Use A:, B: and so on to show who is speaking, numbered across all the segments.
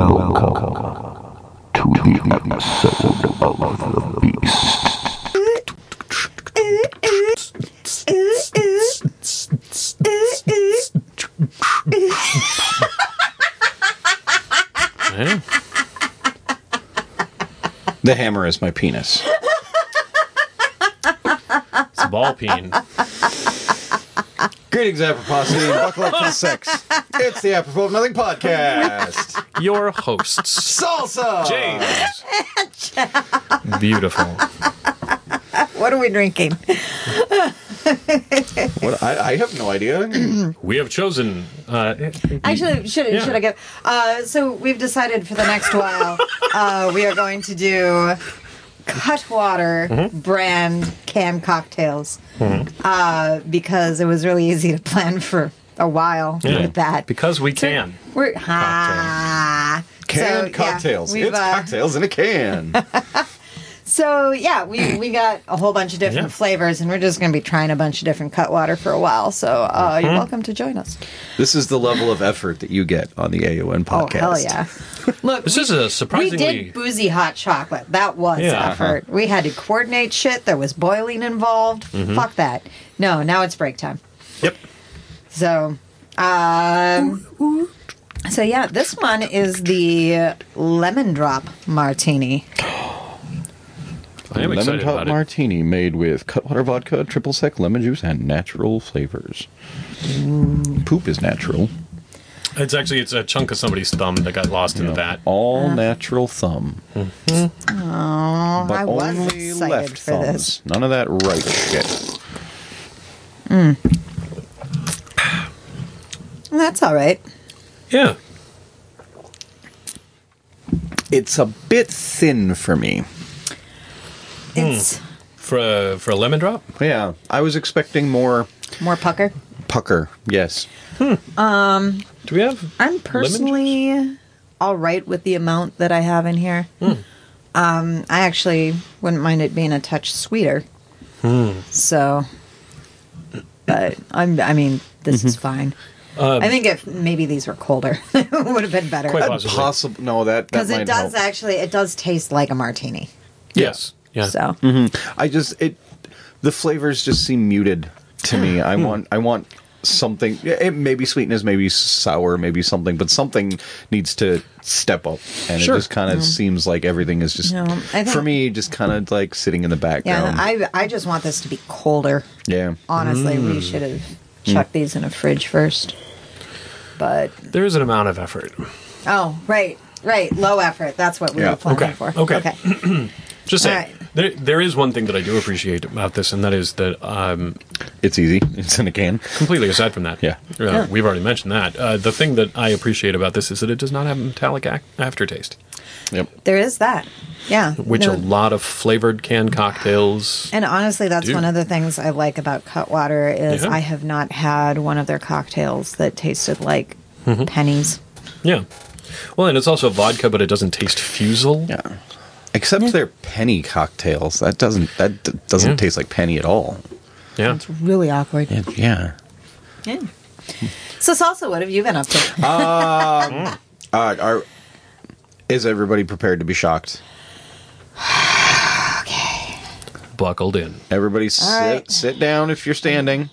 A: Welcome to the episode of the Beast.
B: The hammer is my penis.
C: It's a ball peen.
B: Greetings, apropos, and buckle up for the sex. It's the Apropos of Nothing podcast.
C: Your hosts,
B: Salsa!
C: James. Beautiful.
D: What are we drinking?
B: What, I, I have no idea.
C: We have chosen. Uh,
D: Actually, should
C: Yeah.
D: should I get? Uh, so we've decided for the next while, uh, we are going to do Cutwater
B: Mm-hmm.
D: brand canned cocktails uh, because it was really easy to plan for a while
C: yeah,
D: with that.
C: because we can.
D: We're ah,
B: Canned
D: So, yeah,
B: cocktails.
D: we've,
B: it's
D: uh,
B: cocktails in a can.
D: So yeah, we we got a whole bunch of different
C: Yeah.
D: flavors, and we're just going to be trying a bunch of different Cutwater for a while. So uh, you're
B: Mm-hmm.
D: welcome to join us.
B: this is the level of effort that you get on the AON podcast.
D: Oh hell yeah! Look,
C: This is a
D: We
C: surprisingly.
D: did boozy hot chocolate. That was
C: Yeah. Uh-huh.
D: effort. We had to coordinate shit. There was boiling involved.
C: Mm-hmm.
D: Fuck that. No, now it's break time.
C: Yep.
D: So, um, so yeah, this one is the lemon drop martini.
C: I am
B: Lemon
C: excited
B: top
C: about it.
B: martini made with cutwater vodka, triple sec lemon juice, and natural flavors. Poop is natural.
C: It's actually it's a chunk of somebody's thumb that got lost in the vat.
D: Ah.
B: All natural thumb.
D: Oh,
B: But
D: Mm-hmm. I was
B: only
D: excited
B: left
D: for this.
B: thumbs. None of that right shit.
D: That's all right.
C: Yeah.
B: It's a bit thin for me.
C: Hmm.
D: It's
C: For a, for a lemon drop.
B: Yeah, I was expecting more
D: more pucker.
B: pucker. Yes.
C: Do we have?
D: I'm
C: juice?
D: personally all right with the amount that I have in here.
C: Hmm.
D: Um, I actually wouldn't mind it being a touch sweeter.
C: Hmm.
D: So, but I'm. I mean, this
C: Mm-hmm.
D: is fine. I think if maybe these were colder, it would have been better.
C: Um, Quite
D: Because
C: possibly.
B: Possible. No, that that
D: it
B: might
D: does
B: help.
D: actually, it does taste like a martini.
C: Yes. Yeah.
D: So,
B: I just it the flavors just seem muted to me. I want I want something. It may be sweetness, maybe sour, maybe something, but something needs to step up. And
C: Sure.
B: it just kind of seems like everything is just
D: No, I think-
B: for me just kind of like sitting in the
D: yeah,
C: Um,
B: background.
D: I I just want this to be colder.
B: yeah.
D: Honestly,
C: Mm.
D: we should have chucked these in a fridge first. But
C: There is an amount of effort.
D: Oh, right, right. Low effort. That's what we
B: Yeah.
D: were planning
C: Okay,
D: for.
C: okay. Just
D: All
C: saying.
D: right.
C: There, there is one thing that I do appreciate about this, and that is that um,
B: It's easy. It's in a can.
C: completely aside from that,
B: Yeah.
C: uh,
D: Yeah.
C: we've already mentioned that. Uh, the thing that I appreciate about this is that it does not have a metallic ac- aftertaste,
B: Yep.
D: There is that. Yeah.
C: which
D: No,
C: a lot of flavored canned cocktails.
D: and honestly, that's
C: Dude.
D: one of the things I like about Cutwater is
C: Yeah.
D: I have not had one of their cocktails that tasted like
C: Mm-hmm.
D: pennies.
C: Yeah. Well, and it's also vodka, but it doesn't taste fusel.
B: Yeah. Except their penny cocktails. That doesn't that d- doesn't
C: Yeah.
B: taste like penny at all.
C: Yeah.
D: It's really awkward. Yeah.
B: It- yeah.
D: So, Salsa, what have you been up to?
B: Uh, are, is everybody prepared to be shocked?
C: Buckled in.
B: Everybody sit,
D: right.
B: sit down if you're standing.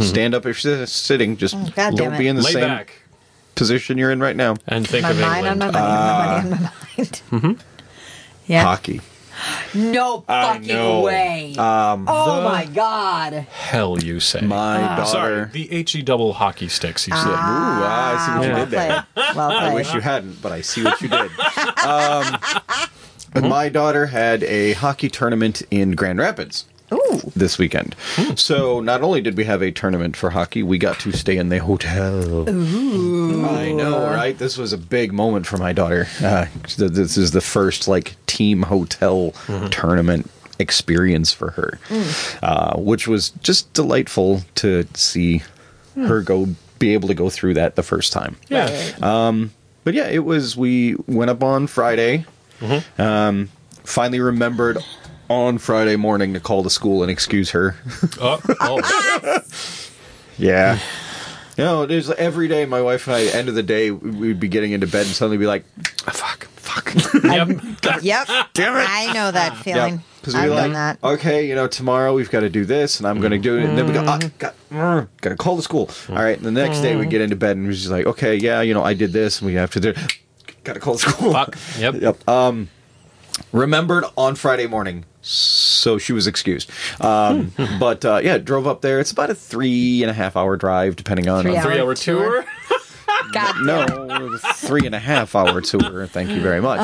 B: Stand up if you're si- sitting. Just
D: God damn
B: don't be
D: Oh, it.
B: in the
C: Mm-hmm. Lay
B: same
C: back
B: position you're in right now.
C: and think
D: my
C: of
D: mind on
C: England. Uh, mm-hmm.
D: my money, on my money, on my mind. Yeah.
B: Hockey.
D: No
B: I know.
D: fucking way. oh my god.
C: Hell, Um, you say.
B: My
D: Oh,
B: daughter.
C: Sorry, the HE double hockey sticks you
B: Ooh,
C: said.
B: ah, I see what
D: Ah,
B: you
D: well
B: did there.
D: played. Well played.
B: I wish you hadn't, but I see what you did. Um, my daughter had a hockey tournament in Grand Rapids.
D: Ooh.
B: This weekend. So, not only did we have a tournament for hockey, we got to stay in the hotel. I know, right? This was a big moment for my daughter. Uh, th- this is the first like team hotel tournament experience for her, uh, which was just delightful to see her go be able to go through that the first time.
C: Yeah.
B: But yeah, it was. We went up on Friday. Um, finally remembered on Friday morning to
D: Ah.
B: call the school and excuse her.
C: Oh, oh.
B: yeah. You know, it is every day. My wife and I, end of the day, we'd be getting into bed and suddenly be like, "Ah, "Fuck, fuck,
C: Yep.
D: Yep.
B: damn it!"
D: I know that feeling.
B: Because
D: I've
B: we like,
D: done that.
B: okay, you know, tomorrow we've got to do this, and I'm going to do it, and then we go, ah,
D: Mm-hmm.
B: got, mm, got to call the school. All right, and the next day we get into bed, and we're just like, okay, yeah, you know, I did this, and we have to do, got to call the school.
C: Fuck. Yep.
B: Yep. Um, remembered on Friday morning, so she was excused. Um, but uh, yeah, drove up there. It's about a three and a half hour drive, depending on.
D: Three
B: on-
C: Three hour tour.
D: God,
B: no, three and a half hour tour. Thank you very much.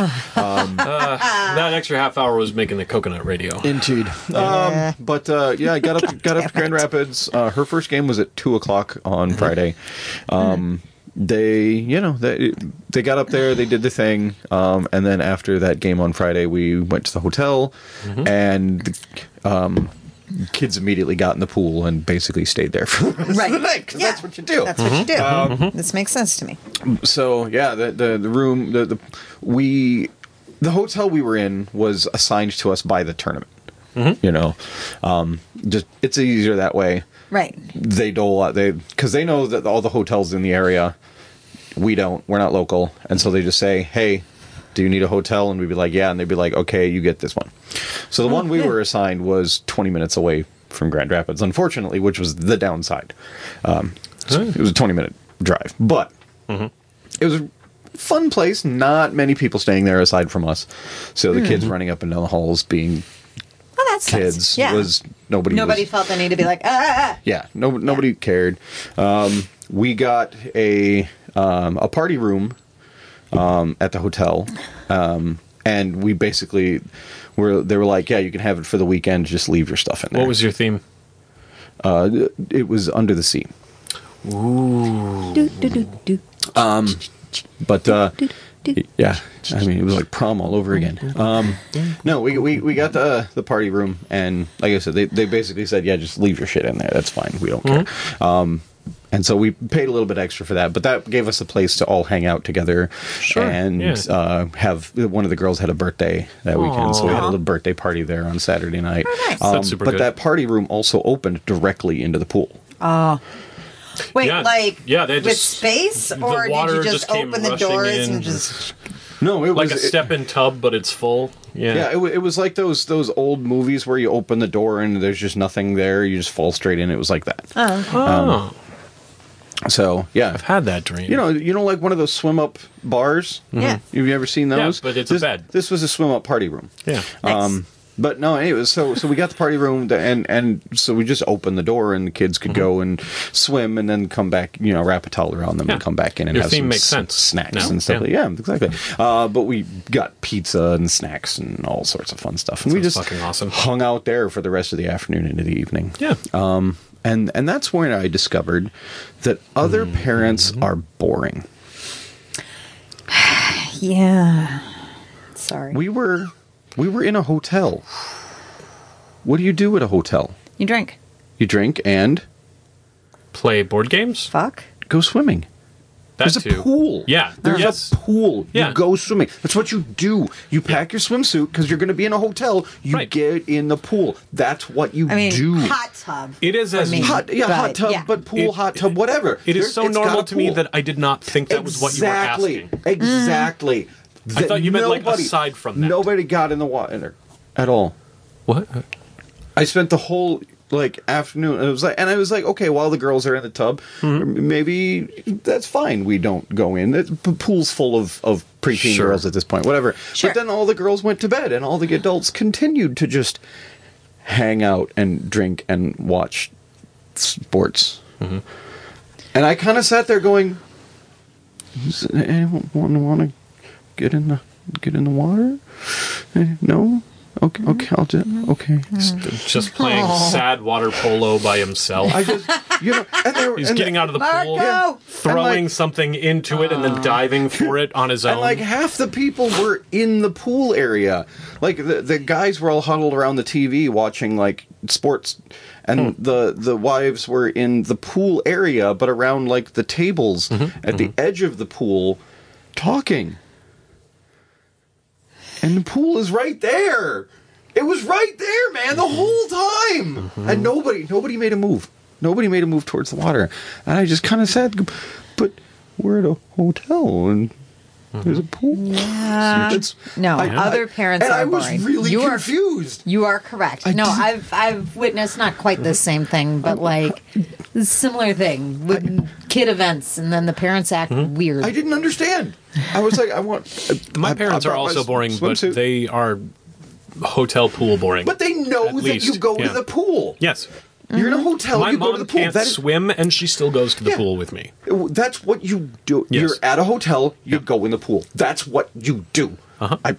C: that extra half hour was making the coconut radio.
B: Indeed. Um, but uh, yeah, I got up, got up to Grand Rapids. Uh, her first game was at two o'clock on Friday. Um, they, you know, they they got up there, they did the thing, um, and then after that game on Friday, we went to the hotel, and um, kids immediately got in the pool and basically stayed there for the rest of the
D: Right.
B: night, 'cause
D: Yeah.
B: that's what you do Um,
D: that's what you do. Mm-hmm. This makes sense to me.
B: so yeah, the the, the room the, the we the hotel we were in was assigned to us by the tournament. You know, um, just it's easier that way.
D: Right.
B: They dole out they because they know that all the hotels in the area. We don't. We're not local, and so they just say, "Hey, do you need a hotel?" And we'd be like, "Yeah," and they'd be like, "Okay, you get this one." So
D: Oh,
B: the one we were assigned was 20 minutes away from Grand Rapids, unfortunately, which was the downside. Um, It was a 20 minute drive, but
D: Mm-hmm.
B: it was a fun place. Not many people staying there aside from us. So the kids running up and down the halls, being
D: Well, Hmm. that's nice.
B: kids,
D: Yeah.
B: was nobody.
D: Nobody
B: was-
D: felt the need to be like, ah, ah, ah.
B: yeah, no, nobody cared. Um, we got a um, a party room um, at the hotel, um, and we basically were. They were like, "Yeah, you can have it for the weekend. Just leave your stuff in there."
C: What was your theme?
B: it? Was under the sea.
D: Do, do, do, do.
B: Um, but uh, yeah, I mean, it was like prom all over again. Um, no, we, we we got the the party room, and like I said, they they basically said, yeah, just leave your shit in there. That's fine. We don't care.
C: Mm-hmm.
B: Um, and so we paid a little bit extra for that, but that gave us a place to all hang out together
C: Sure,
B: and
C: yeah.
B: uh, have one of the girls had a birthday that weekend, so we had a
C: Aw.
B: little birthday party there on Saturday night.
D: Oh, nice.
B: Um,
C: That's super
B: but
C: good.
B: that party room also opened directly into the pool.
D: Wait,
C: Yeah.
D: like
C: Yeah, they
D: with
C: just-
D: space,
C: the
D: or did
C: water
D: you just,
C: just came
D: open the
C: rushing
D: doors
C: in.
D: and just?
B: No, it
C: Like
B: was
C: a
B: it-
C: step in tub, but it's full. Yeah.
B: Yeah, it, wa- it was like those those old movies where you open the door and there's just nothing there. You just fall straight in. It was like that.
D: Oh, okay.
C: oh,
B: So yeah,
C: I've had that dream.
B: Um, you know, you know, like one of those swim up bars.
D: Yeah.
B: you've ever seen
C: Yeah,
B: those?
C: but it's a
B: this,
C: bed.
B: This was a swim up party room.
C: Yeah.
D: Nice.
B: Um, but no, it was so so we got the party room th- and and so we just opened the door and the kids could
C: Mm-hmm.
B: go and swim and then come back, you know, wrap a towel around them and
C: Yeah.
B: come back in and
C: Your
B: have
C: theme
B: some
C: makes
B: s-
C: sense
B: snacks
C: now.
B: and
C: Yeah.
B: stuff. like- Yeah, exactly. Uh, but we got pizza and snacks and all sorts of fun stuff. And we
C: Sounds
B: just
C: fucking awesome.
B: hung out there for the rest of the afternoon into the evening.
C: Yeah.
B: Um, and and that's when I discovered that other
C: Mm-hmm.
B: parents are boring.
D: yeah. Sorry,
B: We were we were in a hotel. What do you do at a hotel?
D: you drink.
B: You drink and
C: Play board games.
D: Fuck.
B: go swimming.
C: That
B: There's
C: too.
B: a pool.
C: Yeah.
B: There's
C: yes.
B: a pool.
C: Yeah.
B: You go swimming. That's what you do. You pack your swimsuit because you're going to be in a hotel. You
C: Right.
B: get in the pool. That's what you
D: I mean,
B: do.
D: hot tub.
C: It is
D: for
C: as
D: me,
B: Hot- yeah, hot
D: but,
B: tub,
D: yeah.
B: but pool,
C: It-
B: hot tub, whatever.
C: It
B: There-
C: is so
B: it's got
C: normal
B: a
C: to me
B: pool.
C: that I did not think that was what you were asking.
D: Mm-hmm.
B: Exactly.
C: I thought you meant, like, aside from that.
B: Nobody got in the water at all.
C: What?
B: I spent the whole like afternoon. And it was like, and I was like, okay, while the girls are in the tub, maybe that's fine. We don't go in. The p- pool's full of of preteen
C: Sure.
B: girls at this point. Whatever.
D: Sure.
B: But then all the girls went to bed, and all the adults continued to just hang out and drink and watch sports. And I kind of sat there going, "Does anyone want to get in the get in the water? Eh, No. Okay. Okay. I'll do. Okay.
C: Just playing sad water polo by himself.
B: I just, you know, and they were,
C: He's
B: and
C: getting
B: they-
C: out of the
D: Marco!
C: pool,
D: Yeah.
C: throwing
B: And like- uh,
C: something into it, and then diving for it on his
B: And
C: own.
B: like half the people were in the pool area. Like the, the guys were all huddled around the TV watching like sports, and
C: Hmm.
B: the the wives were in the pool area, but around like the tables
C: Mm-hmm.
B: at the edge of the pool, talking. And the pool is right
C: Mm-hmm.
B: there. It was right there, man, the whole time, and nobody nobody made a move. Nobody made a move towards the water. And I just kind of said, but we're at a hotel and there's a pool.
D: Yeah.
B: It's-
D: No,
B: I-
D: other
B: I-
D: parents
B: and
D: are
B: I was
D: boring.
B: really
D: You are-
B: confused.
D: You are correct. no,
B: didn't-
D: I've I've witnessed not quite the same thing,
B: Oh,
D: but like a similar thing with kid events, and then the parents act weird.
B: Hmm? I didn't understand. I was like, I want.
C: My
B: I- I
C: parents are
B: brought my
C: also
B: s-
C: boring,
B: swimsuit.
C: but they are hotel pool boring.
B: But they know
C: At
B: that you
C: least,
B: go
C: yeah.
B: to the pool.
C: yes,
B: You're in
D: Mm-hmm.
B: a hotel.
C: my
B: you go
C: mom
B: to the pool.
C: can't
B: That is-
C: swim, and she still goes to the
B: Yeah.
C: pool with me.
B: That's what you do.
C: Yes.
B: You're at a hotel. You go in the pool. That's what you do.
C: Uh-huh.
B: I,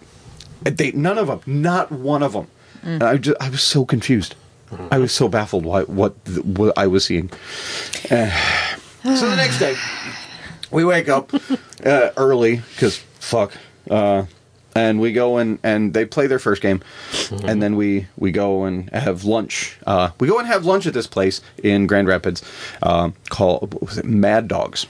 B: they none of them, not one of them.
D: Mm.
B: And I, just, I was so confused.
C: Mm-hmm.
B: I was so baffled why what th- what I was seeing. Uh, so the next day, we wake up uh, early because fuck, uh, and we go and and they play their first game,
D: Mm-hmm.
B: and then we we go and have lunch. Uh, we go and have lunch at this place in Grand Rapids, um, called what was it Mad Dogs.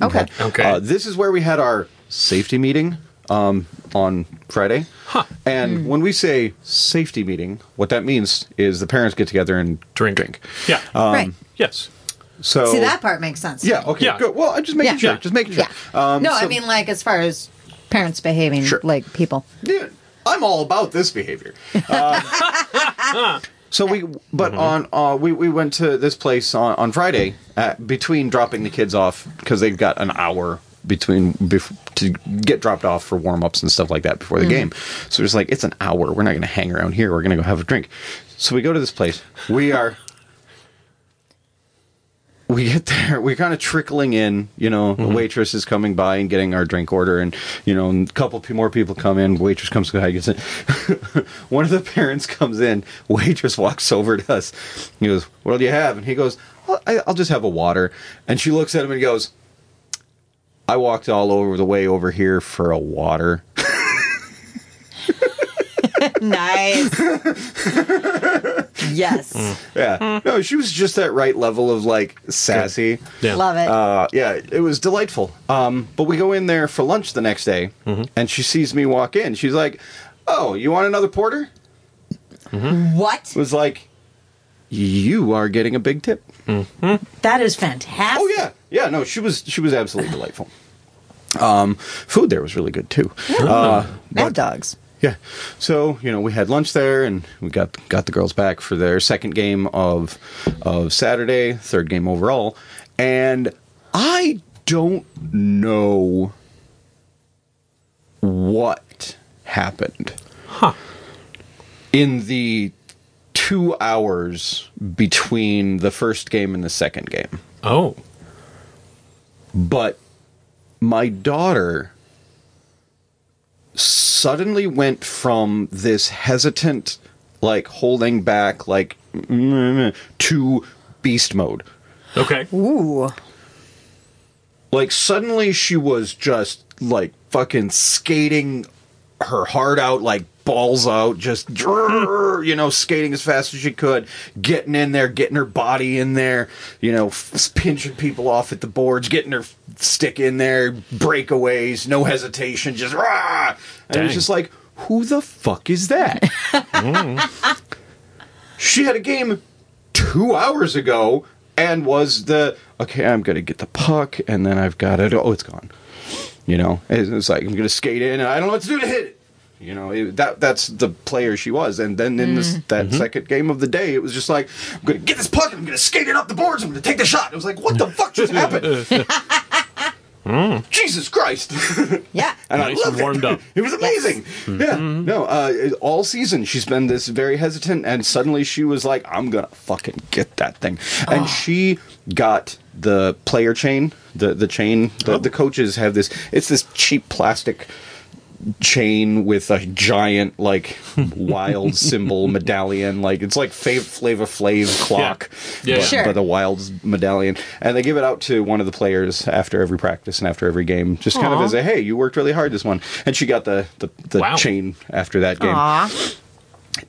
D: Okay.
C: Okay.
B: Uh, this is where we had our safety meeting um, on Friday.
C: Huh.
B: And
D: Hmm.
B: when we say safety meeting, what that means is the parents get together and
C: Drink.
B: drink.
C: Yeah.
D: right.
C: yes.
B: Um, So
D: See that part makes sense.
B: Yeah. Okay.
C: Yeah.
B: Good. Well, I'm just making
D: Yeah.
B: sure.
D: Yeah.
B: Just making sure. Um,
D: Yeah. no, I
B: so-
D: mean like as far as parents behaving
B: Sure.
D: like people.
B: dude, I'm all about this behavior. Um, so we, but on uh, we we went to this place on on Friday uh between dropping the kids off because they've got an hour between bef- to get dropped off for warm ups and stuff like that before the game. So it's like it's an hour. We're not going to hang around here. We're going to go have a drink. So we go to this place. We are. we get there, we're kind of trickling in. You know, the waitress is coming by and getting our drink order, and you know, and a couple pe- more people come in. Waitress comes by, gets in. One of the parents comes in. Waitress walks over to us. He goes, "What do you have?" And he goes, "Well, I- "I'll just have a water." And she looks at him and goes, "I walked all over the way over here for a water."
D: nice. yes.
B: Mm, yeah, no, she was just that right level of like sassy.
C: Yeah.
D: Love it.
B: Uh, yeah, it was delightful. Um, but we go in there for lunch the next day, and she sees me walk in. She's like, "Oh, you want another porter?"
D: what?
B: Was like, "You are getting a big tip."
D: That is fantastic.
B: Oh yeah, yeah. No, she was she was absolutely delightful. Um, food there was really good too. Uh,
D: Mad dogs.
B: yeah. So you know, we had lunch there, and we got got the girls back for their second game of of Saturday, third game overall, and I don't know what happened
C: Huh.
B: in the two hours between the first game and the second game,
C: Oh.
B: but my daughter suddenly went from this hesitant, like holding back, like to beast mode.
C: Okay.
D: Ooh.
B: Like suddenly she was just like fucking skating her heart out, like balls out, just drrrr, you know, skating as fast as she could, getting in there, getting her body in there, you know, f- pinching people off at the boards, getting her stick in there, breakaways, no hesitation, just rah. And it's
C: Dang.
B: just like, who the fuck is that? she had a game two hours ago and was the okay i'm gonna get the puck and then i've got it oh it's gone you know it's, it's like i'm gonna skate in and i don't know what to do to hit it you know it, that that's the player she was and then in this that second game of the day it was just like i'm gonna get this puck and i'm gonna skate it up the boards i'm gonna take the shot it was like what the fuck just happened jesus christ
D: Yeah.
B: and
C: Nice
B: I
C: and
B: loved
C: warmed
B: it.
C: up. Mm-hmm.
B: It was amazing. Yeah, no, uh, it- all season she's been this very hesitant, and suddenly she was like, "I'm gonna fucking get that thing,"
C: Ah.
B: and she got the player chain, the the chain.
C: Oh.
B: The, the coaches have this. It's this cheap plastic chain with a giant like wild symbol medallion like it's like Fav Flava Flav clock
C: Yeah, yeah.
B: but,
D: Sure.
B: but a Wilds medallion and they give it out to one of the players after every practice and after every game just kind of
C: Aw.
B: as a hey you worked really hard this one and she got the the, the
C: Wow.
B: chain after that game
D: Aw.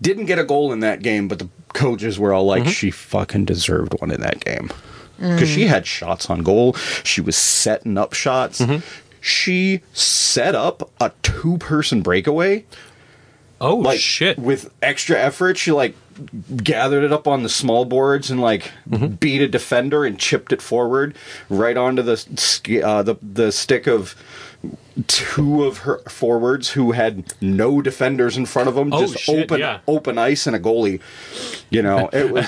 B: didn't get a goal in that game but the coaches were all
C: Mm-hmm.
B: like she fucking deserved one in that game because she had shots on goal she was setting up shots
C: Mm-hmm.
B: she set up a two person breakaway
C: Oh
B: like
C: shit.
B: with extra effort she like gathered it up on the small boards and like
C: Mm-hmm.
B: beat a defender and chipped it forward right onto the sk- uh, the the stick of two of her forwards who had no defenders in front of them,
C: Oh,
B: just
C: shit,
B: open
C: yeah.
B: open ice and a goalie. You know, it was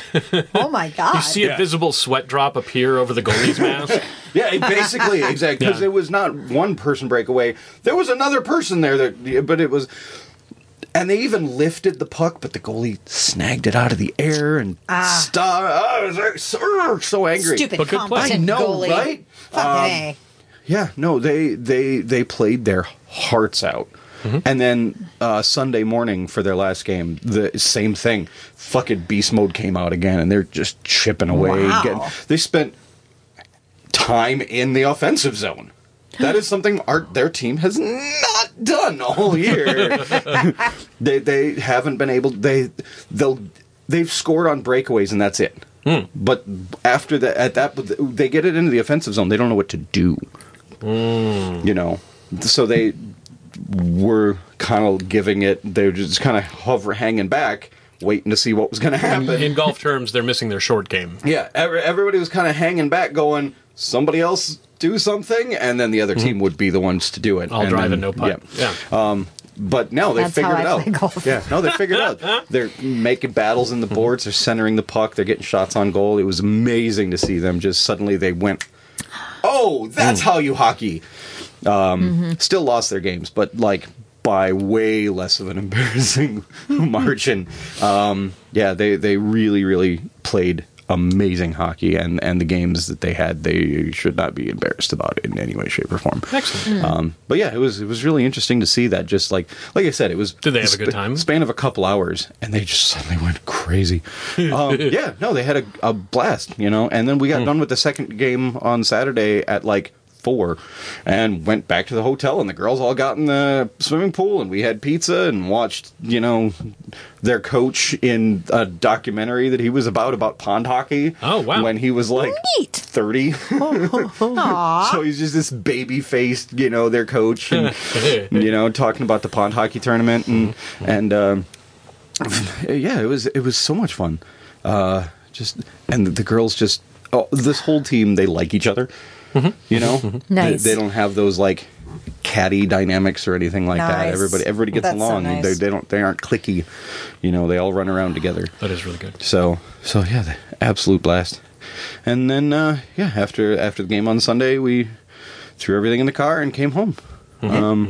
D: Oh my god!
C: You see a visible sweat drop appear over the goalie's mask.
B: yeah, it basically exactly because
C: Yeah.
B: it was not one person breakaway. There was another person there that, but it was. And they even lifted the puck, but the goalie snagged it out of the air and stop. I was like, so, so angry.
D: Ah. Stupid
C: But good play.
D: competent
B: I know,
D: goalie.
B: right? Um,
D: Fucking A.
B: Yeah, no, they they they played their hearts out. And then uh, Sunday morning for their last game, the same thing. Fucking beast mode came out again, and they're just chipping away.
D: Wow.
B: Getting, they spent time in the offensive zone. That is something our, their team has not done all year. they they haven't been able. They they'll they've scored on breakaways and that's it.
C: Hmm.
B: But after that, at that, they get it into the offensive zone. They don't know what to do.
C: Hmm.
B: You know, so they were kind of giving it. They were just kind of hover, hanging back, waiting to see what was going to happen.
C: In golf terms, they're missing their short game.
B: Yeah, every, everybody was kind of hanging back, going, somebody else do something, and then the other team would be the ones to do it.
C: I'll
B: and
C: Hmm. drive
B: then-
C: and no putt.
B: yeah. Uh,
C: Yeah.
B: But no, they
D: That's
B: figured
D: how
B: it
D: I
B: out.
D: play golf.
B: Yeah, no, they figured it out. They're making battles in the boards. They're centering the puck. They're getting shots on goal. It was amazing to see them. Just suddenly they went, oh, that's
D: Mm.
B: how you hockey. Um,
D: Mm-hmm.
B: Still lost their games, but like by way less of an embarrassing margin. Um, yeah, they they really really played amazing hockey, and and the games that they had, they should not be embarrassed about in any way, shape, or form.
C: Excellent.
B: Um, but yeah, it was it was really interesting to see that. Just like like I said, it was.
C: Did they have a good time?
B: Span of a couple hours, and they just suddenly went crazy. um, yeah, no, they had a, a blast, you know. And then we got
C: Hmm.
B: done with the second game on Saturday at like four, and went back to the hotel, and the girls all got in the swimming pool, and we had pizza and watched, you know, their coach in a documentary that he was about about pond hockey.
C: Oh, wow.
B: When he was like
D: Neat.
B: thirty.
D: Aw.
B: So he's just this baby faced, you know, their coach, and you know, talking about the pond hockey tournament, and and um, yeah, it was it was so much fun. Uh, just and the girls just oh, this whole team they like each other, you know. They-
D: Nice.
B: They, don't have those like catty dynamics or anything like that.
D: Nice.
B: Everybody everybody gets
D: That's so
B: along.
D: nice.
B: They they don't they aren't clicky, you know. They all run around together.
C: that is really good.
B: So so yeah, the absolute blast. And then uh, yeah, after after the game on Sunday, we threw everything in the car and came home.
D: Mm-hmm.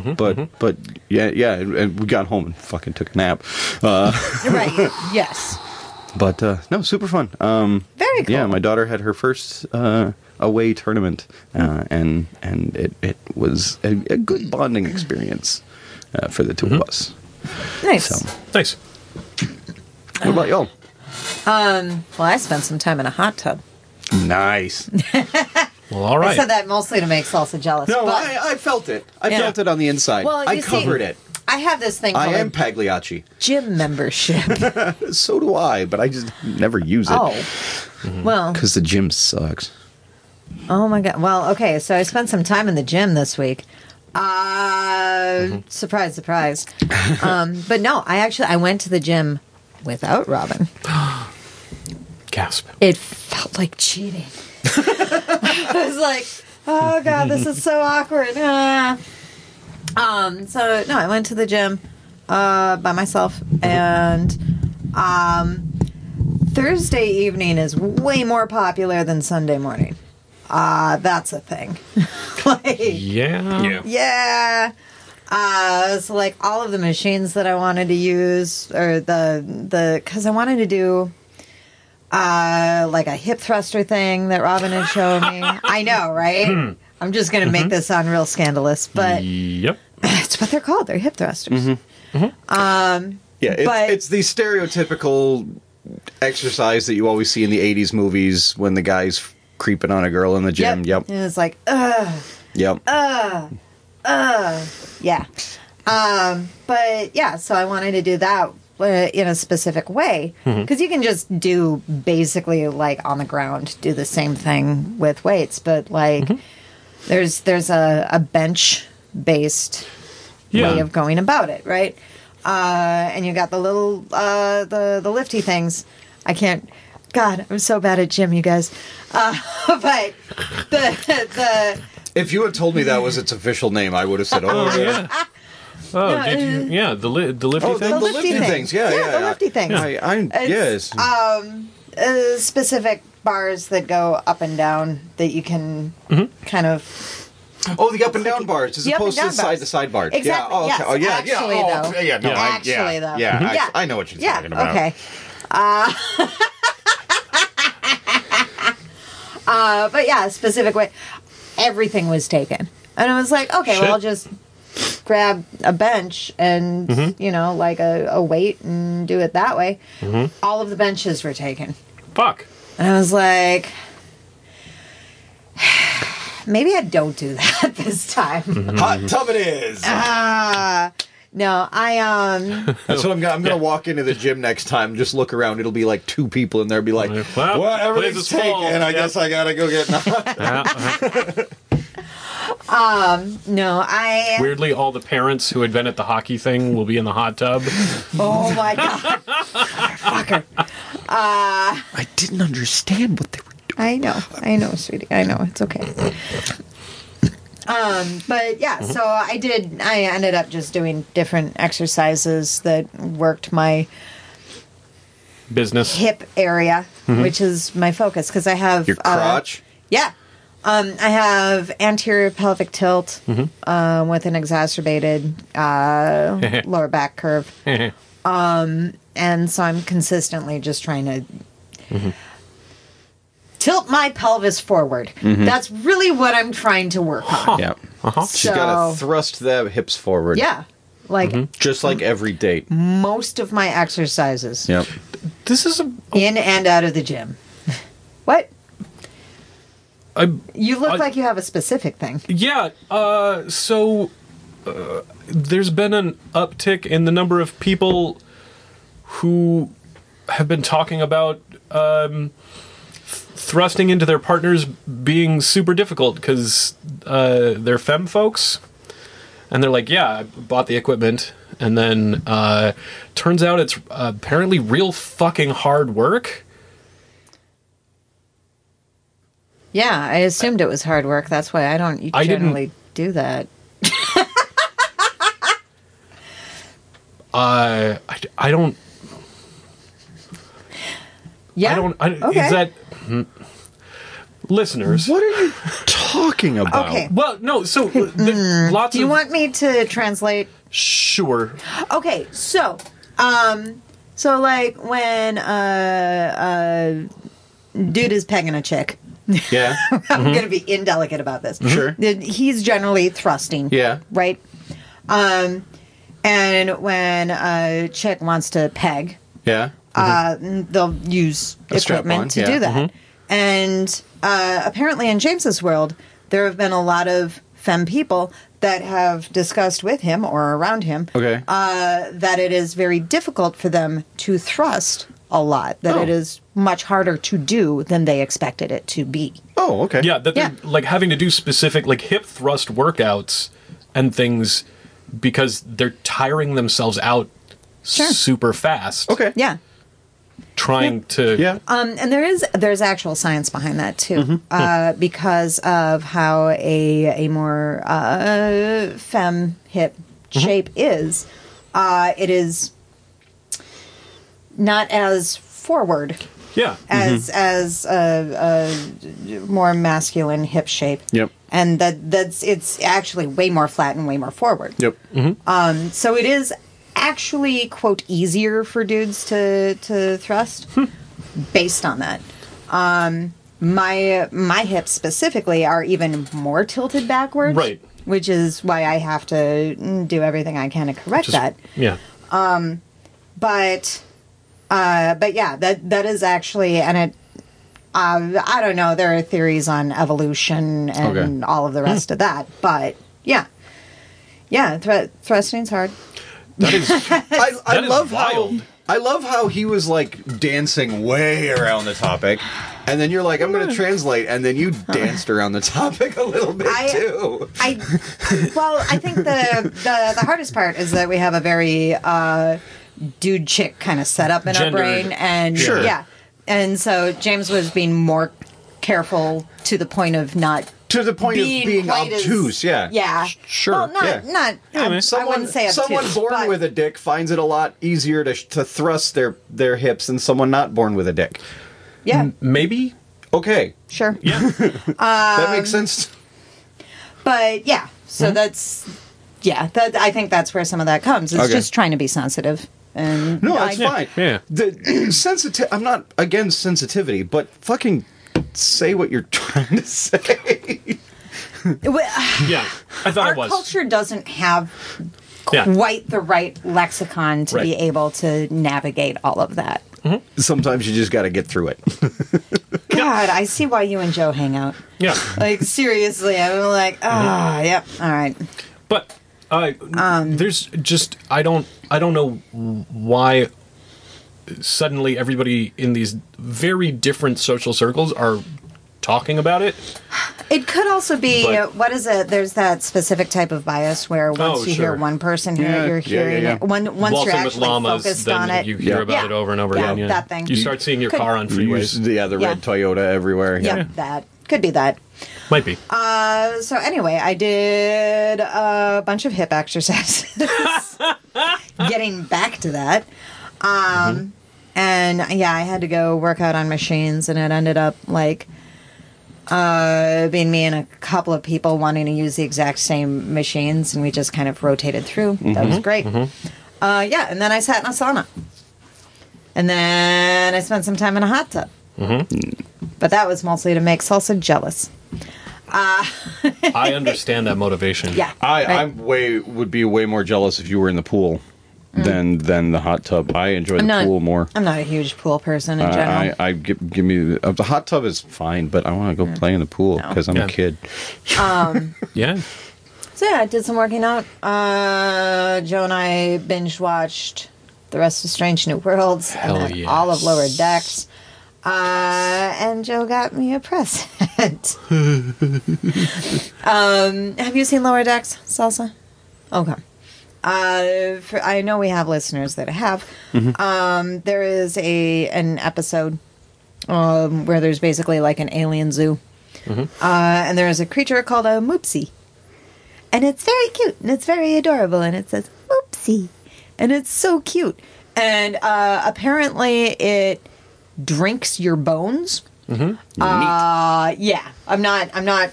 B: Um, but but yeah yeah, and- and we got home and fucking took a nap. Uh,
D: right. Yes.
B: but uh, no, super fun. Um,
D: Very cool.
B: yeah, my daughter had her first uh, away tournament, uh, and and it it was a, a good bonding experience uh, for the 2
D: Mm-hmm.
B: of us.
D: nice.
B: So
C: Nice.
B: what about y'all?
D: Well, I spent some time in a hot tub.
B: Nice.
C: Well, all
D: I said
C: right.
D: that mostly to make Salsa jealous.
B: No,
D: but,
B: I, I felt it. I
D: Yeah.
B: felt it on the inside.
D: well,
B: I
D: you see,
B: covered it.
D: I have this thing called
B: I am
D: a
B: Pagliacci.
D: gym membership.
B: So do I, but I just never use
D: oh.
B: it Mm-hmm.
D: Well,
B: because the gym sucks.
D: oh my god. Well, okay. So I spent some time in the gym this week. Uh,
B: Mm-hmm.
D: surprise, surprise. um, but no, I actually I went to the gym without Robin.
C: Gasp.
D: It felt like cheating. I was like, oh god, this is so awkward. Ah. Um, so no, I went to the gym uh, by myself, and um, Thursday evening is way more popular than Sunday morning. Uh, that's a thing. like,
C: Yeah. Yeah.
D: yeah. Uh, so like all of the machines that I wanted to use, or the the because I wanted to do, uh, like a hip thruster thing that Robin had shown me. I know, right? I'm just gonna make this sound real scandalous, but
C: Yep.
D: it's what they're called. They're hip thrusters.
B: Yeah, it's,
D: But-
B: it's the stereotypical exercise that you always see in the '80s movies when the guy's creeping on a girl in the gym. Yep, yep,
D: And it's like, ugh.
B: yep.
D: Uh, Yeah. Um, but yeah, so I wanted to do that uh, in a specific way because you can just do basically like on the ground, do the same thing with weights, but like there's there's a, a bench based
C: Yeah.
D: way of going about it, right? uh, and you got the little uh, the the lifty things. I can't. God, I'm so bad at gym, you guys. Uh, but the the
B: If you had told me that was its official name, I would have said, "Oh, yeah.
C: yeah. Oh,
D: No,
C: did you? Yeah, the li- the lifty
B: oh,
C: thing.
B: the, lifting things. Yeah, yeah,
D: the lifty things.
B: I, I'm
D: It's,
B: yes.
D: uh, specific bars that go up and down that you can
B: Mm-hmm.
D: kind of
B: oh, the up and down bars, as
D: The up and
B: opposed to
D: down
B: the side
D: bars.
B: to side bar. Yeah.
D: Exactly,
B: Oh,
D: yes.
B: okay. oh, yeah.
D: Actually,
B: yeah. Oh,
D: though.
B: yeah. No, I,
D: Actually,
B: yeah,
D: though. Mm-hmm.
B: Yeah, I,
D: Yeah.
B: I know what you're
D: yeah
B: talking about.
D: okay. Uh, uh, but yeah, specific way. Everything was taken, and I was like, okay,
C: Shit.
D: well, I'll just grab a bench and
B: Mm-hmm.
D: you know, like a, a weight and do it that way.
B: Mm-hmm.
D: All of the benches were taken.
C: Fuck.
D: And I was like, maybe I don't do that this time.
B: Hot tub it is.
D: Uh, No, I um
B: That's what I'm gonna. I'm gonna walk into the gym next time. Just look around. It'll be like two people in there. Be like,
C: Well,
B: well,
C: place
B: everything's
C: is
B: taken.
C: full."
B: I
C: Yeah.
B: guess I gotta go get.
C: Yeah, uh-huh.
D: no, I
C: Weirdly, all the parents who had been at the hockey thing will be in the hot tub.
D: oh my god.
B: I didn't understand what they were.
D: I know. I know, sweetie. I know. It's okay. Um, but yeah,
B: Uh-huh.
D: so I did I ended up just doing different exercises that worked my
C: Business.
D: hip area, which is my focus because I have
B: Mm-hmm. Your
D: uh,
B: crotch.
D: Yeah. Um, I have anterior pelvic tilt
B: Mm-hmm.
D: um, with an exacerbated uh, lower back curve. And so I'm consistently just trying to tilt my pelvis forward.
C: Mm-hmm.
D: That's really what I'm trying to work on.
B: yeah.
C: Uh-huh.
B: She's
D: uh, So-
B: gotta thrust the hips forward.
D: Yeah. Like
C: Mm-hmm.
B: Just like every date.
D: most of my exercises
B: Yep.
C: This is a.
D: in and out of the gym. what?
C: I,
D: You look
C: I-
D: like you have a specific thing.
C: yeah. Uh, so uh, there's been an uptick in the number of people who have been talking about um, thrusting into their partners being super difficult because uh, they're femme folks. And they're like, yeah, I bought the equipment. And then uh, turns out it's apparently real fucking hard work.
D: Yeah, I assumed it was hard work. That's why I don't
C: I didn't-
D: generally do that.
C: Uh, I, I don't.
D: Yeah.
C: I don't. I,
D: okay.
C: Is that hmm. listeners?
B: What are you talking about?
D: Okay.
C: Well, no. So uh, the, lots
D: Mm. Do you
C: of
D: want me to translate?
C: sure.
D: Okay, so um so like when uh uh dude is pegging a chick.
B: Yeah.
D: I'm gonna be indelicate about this.
B: Mm-hmm. Sure.
D: Then He's generally thrusting.
B: Yeah.
D: Right? Um and when a chick wants to peg,
B: Yeah.
D: uh, they'll use
B: Mm-hmm. A strap
D: equipment
B: on,
D: to
B: yeah. Mm-hmm.
D: do that. And uh, apparently, in James's world, there have been a lot of femme people that have discussed with him or around him
B: Okay.
D: uh, that it is very difficult for them to thrust a lot, that
B: Oh.
D: it is much harder to do than they expected it to be.
B: oh, okay.
C: Yeah, that
D: Yeah.
C: they're like having to do specific like hip thrust workouts and things because they're tiring themselves out
D: Sure.
C: super fast.
B: Okay.
D: Yeah.
C: Trying to
B: Yeah.
D: Um, and there is there's actual science behind that too,
B: Mm-hmm.
D: uh, because of how a a more uh, femme hip
B: Mm-hmm.
D: shape is. Uh, it is not as forward
C: yeah.
B: Mm-hmm.
D: as as a, a more masculine hip shape.
B: Yep.
D: And that that's it's actually way more flat and way more forward.
B: Yep.
D: Um, so it is actually quote easier for dudes to to thrust
C: Hmm.
D: based on that. Um, my my hips specifically are even more tilted backwards,
C: Right.
D: Which is why I have to mm, do everything I can to correct
C: Just-
D: that.
C: Yeah.
D: But uh, but yeah, that that is actually and it. Uh, I don't know. There are theories on evolution and
B: Okay.
D: all of the rest of that, but yeah, yeah. Thr- thrusting's hard.
C: That is
B: I, I
C: that is
B: love
C: wild.
B: how I love how he was like dancing way around the topic, and then you're like, "I'm
D: Hmm.
B: going to translate," and then you danced around the topic a little bit
D: I-
B: too.
D: I well, I think the, the the hardest part is that we have a very uh, dude chick kind of setup in
C: Gendered.
D: our brain, and
C: Sure.
D: yeah, and so James was being more careful to the point of not
B: To the point
D: being
B: of being
D: quite as-
B: obtuse, yeah,
D: yeah,
B: sure,
D: Well, not
B: yeah.
D: not
C: I
D: I,
C: mean,
D: I
B: Someone,
D: wouldn't say obtuse,
B: someone born
D: but
B: with a dick finds it a lot easier to, to thrust their, their hips than someone not born with a dick.
D: yeah,
B: Mm.
C: Maybe.
B: Okay,
D: sure,
C: Yeah.
B: that
D: Um,
B: makes sense.
D: but yeah, so
C: Mm-hmm.
D: that's yeah, that I think that's where some of that comes. It's
B: Okay.
D: just trying to be sensitive, and
B: No, that's
D: I-
B: fine.
C: yeah.
B: The sensitive. I'm not against sensitivity, but fucking say what you're trying to say.
D: we-
C: yeah. I thought
D: our
C: it was.
D: culture doesn't have
C: Yeah.
D: quite the right lexicon to be
C: Right.
D: able to navigate all of that.
B: Sometimes you just got to get through it.
D: God, I see why you and Joe hang out.
C: Yeah.
D: Like seriously, I'm like,
C: Mm-hmm.
D: ah, yep, all right.
C: But uh,
D: Um.
C: there's just I don't I don't know why suddenly everybody in these very different social circles are talking about it.
D: It could also be uh,
C: But-
D: what is it? There's that specific type of bias where once
C: Oh,
D: you
C: sure.
D: hear one person hear
B: Yeah,
D: it, you're
B: yeah, yeah,
D: hearing
B: yeah.
D: it. One, once
C: Waltzing
D: you're
C: with
D: actually
C: llamas,
D: focused
C: then
D: on it,
C: you hear
B: Yeah.
C: about
D: Yeah.
C: it over and over
D: Yeah,
C: again. Yeah.
D: that thing.
C: You start seeing your
D: Could-
C: car on freeways.
B: the other red
D: Yeah.
B: Toyota everywhere.
D: yep,
C: Yeah.
D: that could be that.
C: Might be.
D: Uh, so anyway, I did a bunch of hip exercises. Getting back to that. Um, And yeah, I had to go work out on machines, and it ended up like uh, being me and a couple of people wanting to use the exact same machines, and we just kind of rotated through. That was great. Uh, yeah, and then I sat in a sauna. And then I spent some time in a hot tub. But that was mostly to make Salsa jealous.
C: I understand that motivation.
D: Yeah.
B: I
D: right.
B: I'm way would be way more jealous if you were in the pool than than the hot tub. I enjoy the
D: not-
B: pool more.
D: Mm. I'm not a huge pool person in general.
B: Uh, I, I, I gi- give, me uh, the hot tub is fine, but I want
D: Mm.
B: to go play in the pool because I'm
C: Yeah.
B: a kid.
C: Yeah.
D: so yeah, I did some working out. Uh, Joe and I binge watched the rest of Strange New Worlds
C: Hell
D: and then
C: yes.
D: all of Lower Decks. Uh, and Joe got me a present. um, have you seen Lower Decks, Salsa? Okay. Uh, for, I know we have listeners that have.
C: Mm-hmm.
D: Um, there is a an episode um, where there's basically like an alien zoo,
C: Mm-hmm.
D: uh, and there is a creature called a moopsie, and it's very cute and it's very adorable, and it says moopsie, and it's so cute, and uh, apparently it drinks your bones. Uh, yeah, I'm not. I'm not.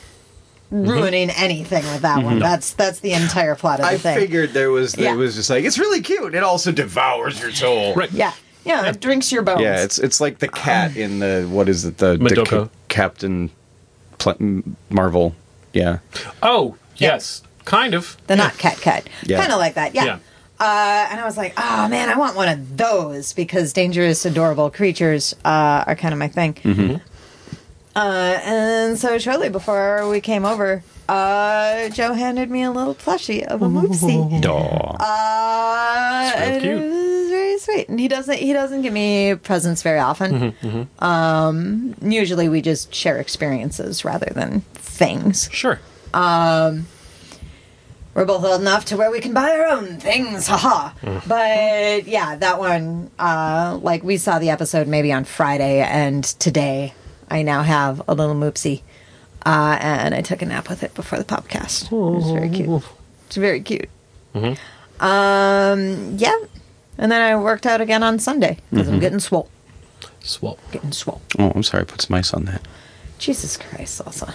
B: Mm-hmm.
D: Ruining anything with that one. That's that's the entire plot of the
B: I
D: thing.
B: figured there was
D: Yeah.
B: it was just like it's really cute. It also devours your soul.
C: Right.
D: Yeah. Yeah, it drinks your bones.
B: Yeah, it's it's like the cat in the what is it the, the
C: Madoka.
B: ca- Captain Pl- M- Marvel. Yeah,
C: Oh, yes. Kind of.
D: the not cat cat.
B: Yeah.
D: Kind of like that. Yeah.
C: Yeah.
D: Uh, and I was like, oh man, I want one of those because dangerous, adorable creatures uh, are kind of my thing. Uh, and so shortly before we came over, uh, Joe handed me a little plushie of a moopsie.
B: Daw.
D: Uh,
C: real
D: and
C: cute.
D: it was very sweet. And he doesn't he doesn't give me presents very often. Um, usually we just share experiences rather than things.
C: Sure.
D: We're both old enough to where we can buy our own things, haha. But yeah, that one, uh, like we saw the episode maybe on Friday, and today I now have a little moopsie. Uh, and I took a nap with it before the podcast. It was very cute. It's very cute. Um, yeah. And then I worked out again on Sunday because I'm getting swole.
C: Swap.
D: Getting swole.
B: Oh, I'm sorry. Put some ice on that.
D: Jesus Christ, Salsa.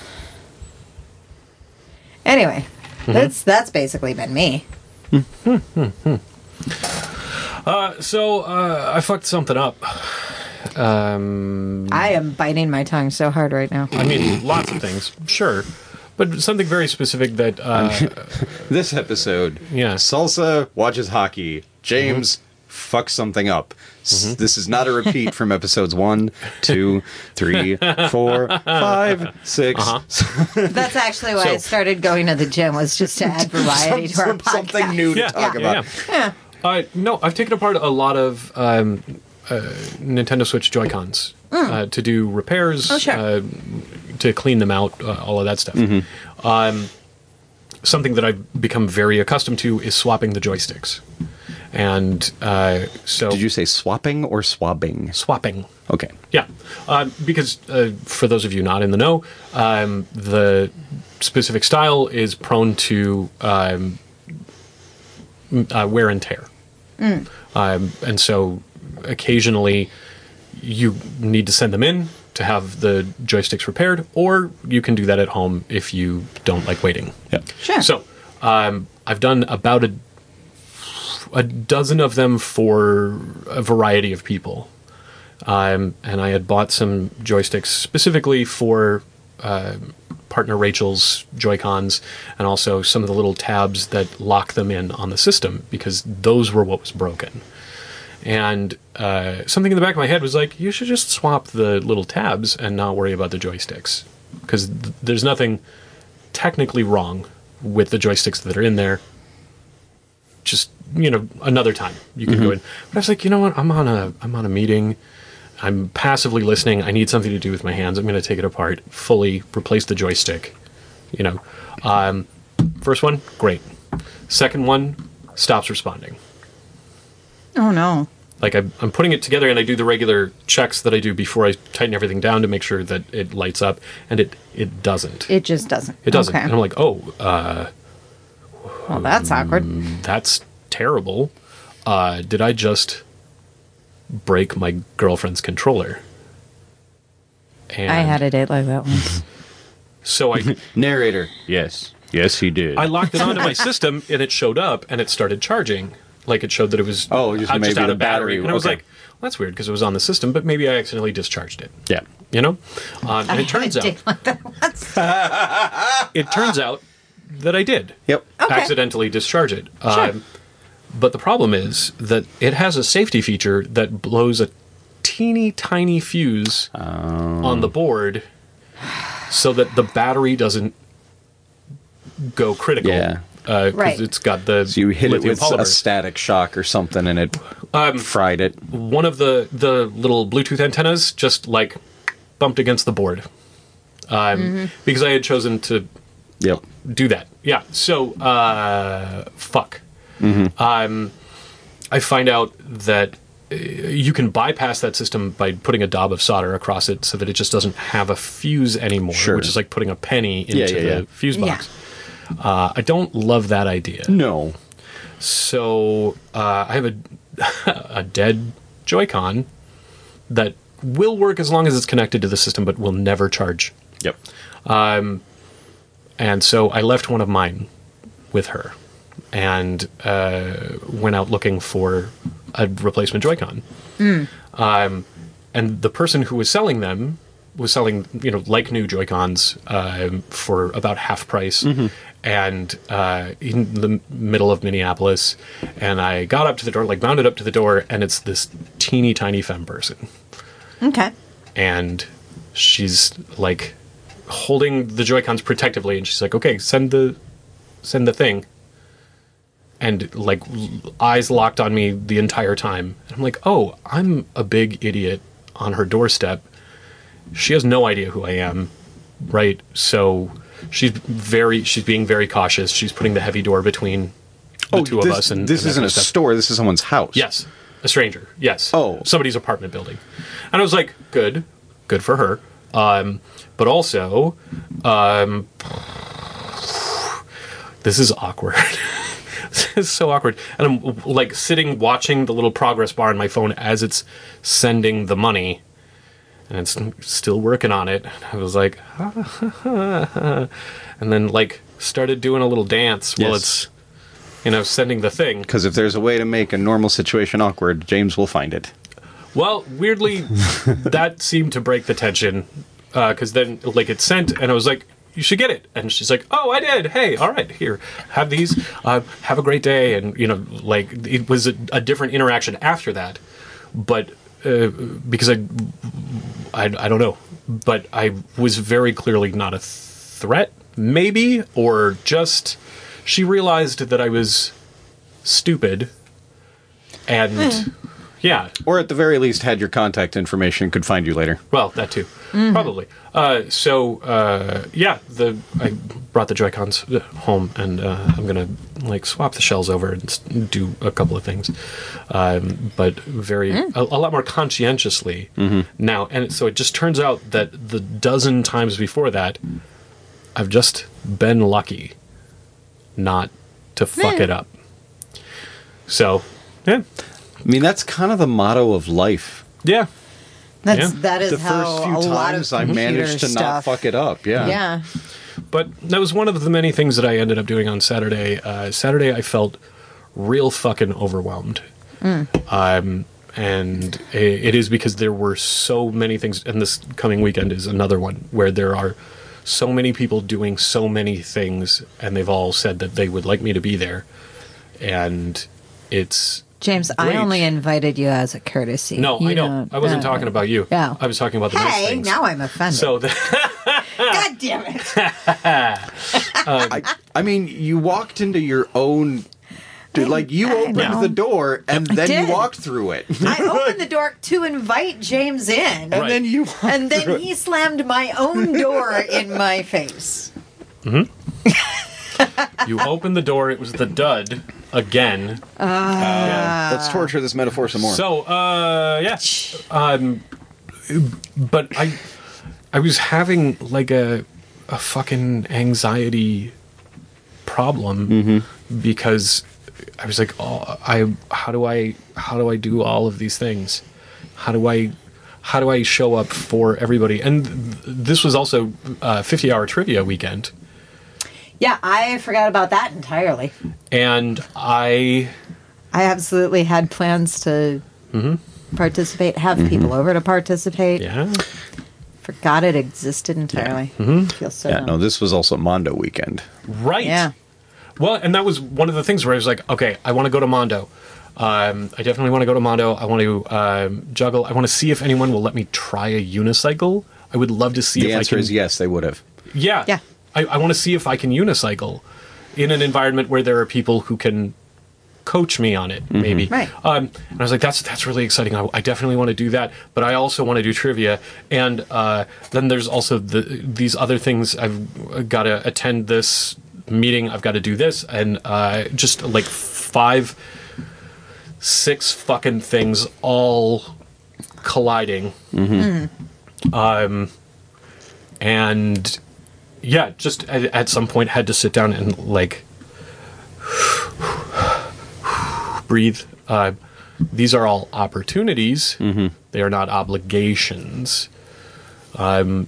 D: Anyway, that's that's basically been me.
C: So uh, I fucked something up. Um,
D: I am biting my tongue so hard right now.
C: I mean, lots of things, sure, but something very specific that uh,
B: This episode,
C: Yeah.
B: Salsa watches hockey. James fucks something up. S-
C: Mm-hmm.
B: This is not a repeat from episodes one, two, three, four, five, six.
C: Uh-huh.
D: That's actually why
C: So-
D: I started going to the gym was just to add variety to our
B: Some-
D: podcast.
B: something new to
C: Yeah,
B: talk
C: yeah,
B: about.
C: yeah. Uh, no, I've taken apart a lot of um, uh, Nintendo Switch Joy Cons uh, to do repairs,
D: Oh, sure.
C: uh, to clean them out, uh, all of that stuff.
B: Mm-hmm.
C: Um, something that I've become very accustomed to is swapping the joysticks, and uh, so
B: Did you say swapping or swabbing?
C: swapping.
B: Okay.
C: Yeah, um, because uh, for those of you not in the know, um, the specific style is prone to um, m- uh, wear and tear, um, and so occasionally you need to send them in to have the joysticks repaired, or you can do that at home if you don't like waiting.
B: Yeah.
D: Sure.
C: So um, I've done about a a dozen of them for a variety of people, um, and I had bought some joysticks specifically for uh, partner Rachel's Joy Cons, and also some of the little tabs that lock them in on the system because those were what was broken. And uh, something in the back of my head was like, you should just swap the little tabs and not worry about the joysticks because th- there's nothing technically wrong with the joysticks that are in there. Just you know, another time you can go in. But I was like, you know what? I'm on a I'm on a meeting. I'm passively listening. I need something to do with my hands. I'm going to take it apart, fully replace the joystick. You know, um, first one great. Second one stops responding.
D: Oh no.
C: Like I, I'm putting it together, and I do the regular checks that I do before I tighten everything down to make sure that it lights up, and it it doesn't. It,
D: It just doesn't.
C: doesn't.
D: Okay.
C: And I'm like, oh, uh,
D: well, that's awkward.
C: Mm, that's terrible. Uh, did I just break my girlfriend's controller? And
D: I had a date like that once.
C: So I,
B: Narrator.
E: Yes. Yes, he did.
C: I locked it onto my system and it showed up and it started charging. Like it showed that it was
B: Oh, just
C: uh,
B: maybe
C: out
B: the
C: of battery.
B: battery-
C: And I was
B: okay.
C: like, well, that's weird because it was on the system, but maybe I accidentally discharged it.
E: yeah.
C: You know? Um, and
D: I
C: it turns
D: had a
C: out,
D: date like that once.
C: it turns out that I did.
B: Yep.
D: Okay.
C: accidentally discharge it. Um, but the problem is that it has a safety feature that blows a teeny tiny fuse
B: Oh.
C: on the board so that the battery doesn't go critical.
B: Yeah.
C: Because
D: Right.
C: it's got the
B: So you hit it
C: lithium
B: with
C: polymer. Um,
B: a static shock or something, and it fried it.
C: One of the, the little Bluetooth antennas just like bumped against the board. Um, Because I had chosen to
B: Yep.
C: do that. Yeah. So, uh, fuck.
B: Mm-hmm.
C: Um, I find out that uh, you can bypass that system by putting a daub of solder across it so that it just doesn't have a fuse anymore,
B: Sure.
C: which is like putting a penny into
B: Yeah, yeah,
C: the
B: yeah. Mm.
C: fuse box. Uh, I don't love that idea.
B: No.
C: So uh, I have a a dead Joy-Con that will work as long as it's connected to the system, but will never charge
E: Yep.
C: and so I left one of mine with her and uh, went out looking for a replacement Joy-Con. Um, and the person who was selling them was selling, you know, like new Joy-Cons um, for about half price. And uh, in the middle of Minneapolis, and I got up to the door, like mounted up to the door, and it's this teeny tiny femme person
D: Okay.
C: and she's like holding the joy cons protectively and she's like okay send the send the thing and like l- eyes locked on me the entire time and i'm like oh i'm a big idiot on her doorstep she has no idea who i am right so she's very she's being very cautious she's putting the heavy door between the two
B: Oh, this,
C: of us and
B: this
C: and that
B: isn't
C: kind
B: a
C: of stuff.
B: store. This is someone's house.
C: Yes, a stranger. Yes.
B: Oh.
C: somebody's apartment building, and I was like, good, good for her. Um, but also, um, this is awkward. this is so awkward, and I'm like sitting watching the little progress bar on my phone as it's sending the money. And it's still working on it. I was like, and then like started doing a little dance while
B: Yes.
C: it's, you know, sending the thing.
B: Because if there's a way to make a normal situation awkward, James will find it.
C: Well, weirdly, that seemed to break the tension because then, like, it sent, and I was like, "You should get it," and she's like, "Oh, I did. Hey, all right, here, have these. Uh, have a great day." And you know, like, it was a, a different interaction after that, but uh, because I, I, I don't know, but I was very clearly not a threat, maybe, or just she realized that I was stupid and yeah,
B: Or at the very least, had your contact information, could find you later.
C: well, that too, probably. Uh, so uh, yeah, the I brought the Joy Cons home, and uh, I'm gonna like swap the shells over and s- do a couple of things, um, but very a, a lot more conscientiously now. And so it just turns out that the dozen times before that, I've just been lucky not to fuck
D: Yeah.
C: it up. So yeah,
B: I mean, that's kind of the motto of life.
C: yeah.
D: That's
C: Yeah.
D: that is
B: The
D: how
B: first few
D: a lot
B: times
D: of
B: I
D: computer
B: managed to not
D: stuff-
B: fuck it up. Yeah.
D: Yeah,
C: But that was one of the many things that I ended up doing on Saturday. Uh, Saturday, I felt real fucking overwhelmed. Um, and i it is because there were so many things, and this coming weekend is another one where there are so many people doing so many things, and they've all said that they would like me to be there. And it's
D: James, I
C: Great.
D: only invited you as a courtesy.
C: no,
D: You
C: I know.
D: don't-
C: I wasn't
D: uh,
C: talking about you.
D: No.
C: I was talking about the nice
D: Hey,
C: things.
D: now I'm offended.
C: so the,
D: God damn it!
B: I, I mean, you walked into your own. Dude, like you opened
D: know.
B: the door and then
D: did.
B: you walked through it, and
D: I opened the door to invite James in,
C: Right.
B: then you.
D: and then he slammed my own door in my face.
C: you opened the door. It was the dud again.
D: Uh,
B: Let's torture this metaphor some more.
C: So, uh, yeah. Um, but I, I was having like a, a fucking anxiety problem because I was like, oh, I, how do I, how do I do all of these things? How do I, how do I show up for everybody? And th- this was also uh, 50 hour trivia weekend.
D: Yeah, I forgot about that entirely.
C: And I,
D: I absolutely had plans to participate, have people over to participate.
C: yeah.
D: Forgot it existed entirely. Feel so
B: yeah,
D: dumb.
B: no, this was also Mondo weekend.
C: Right.
D: Yeah.
C: Well, and that was one of the things where I was like, okay, I want to go to Mondo. Um, I definitely want to go to Mondo. I want to um, juggle. I want to see if anyone will let me try a unicycle. I would love to see
B: The
C: if
B: answer
C: I can.
B: is yes, they would have.
C: Yeah.
D: Yeah.
C: I, I want to see if I can unicycle in an environment where there are people who can coach me on it, maybe.
D: Right.
C: Um, and I was like, that's that's really exciting. I, I definitely want to do that, but I also want to do trivia. And uh, then there's also the these other things. I've got to attend this meeting. I've got to do this, and uh, just like five, six fucking things all colliding. Um, and yeah, just at, at some point had to sit down and like breathe. Uh, these are all opportunities. They are not obligations. Um,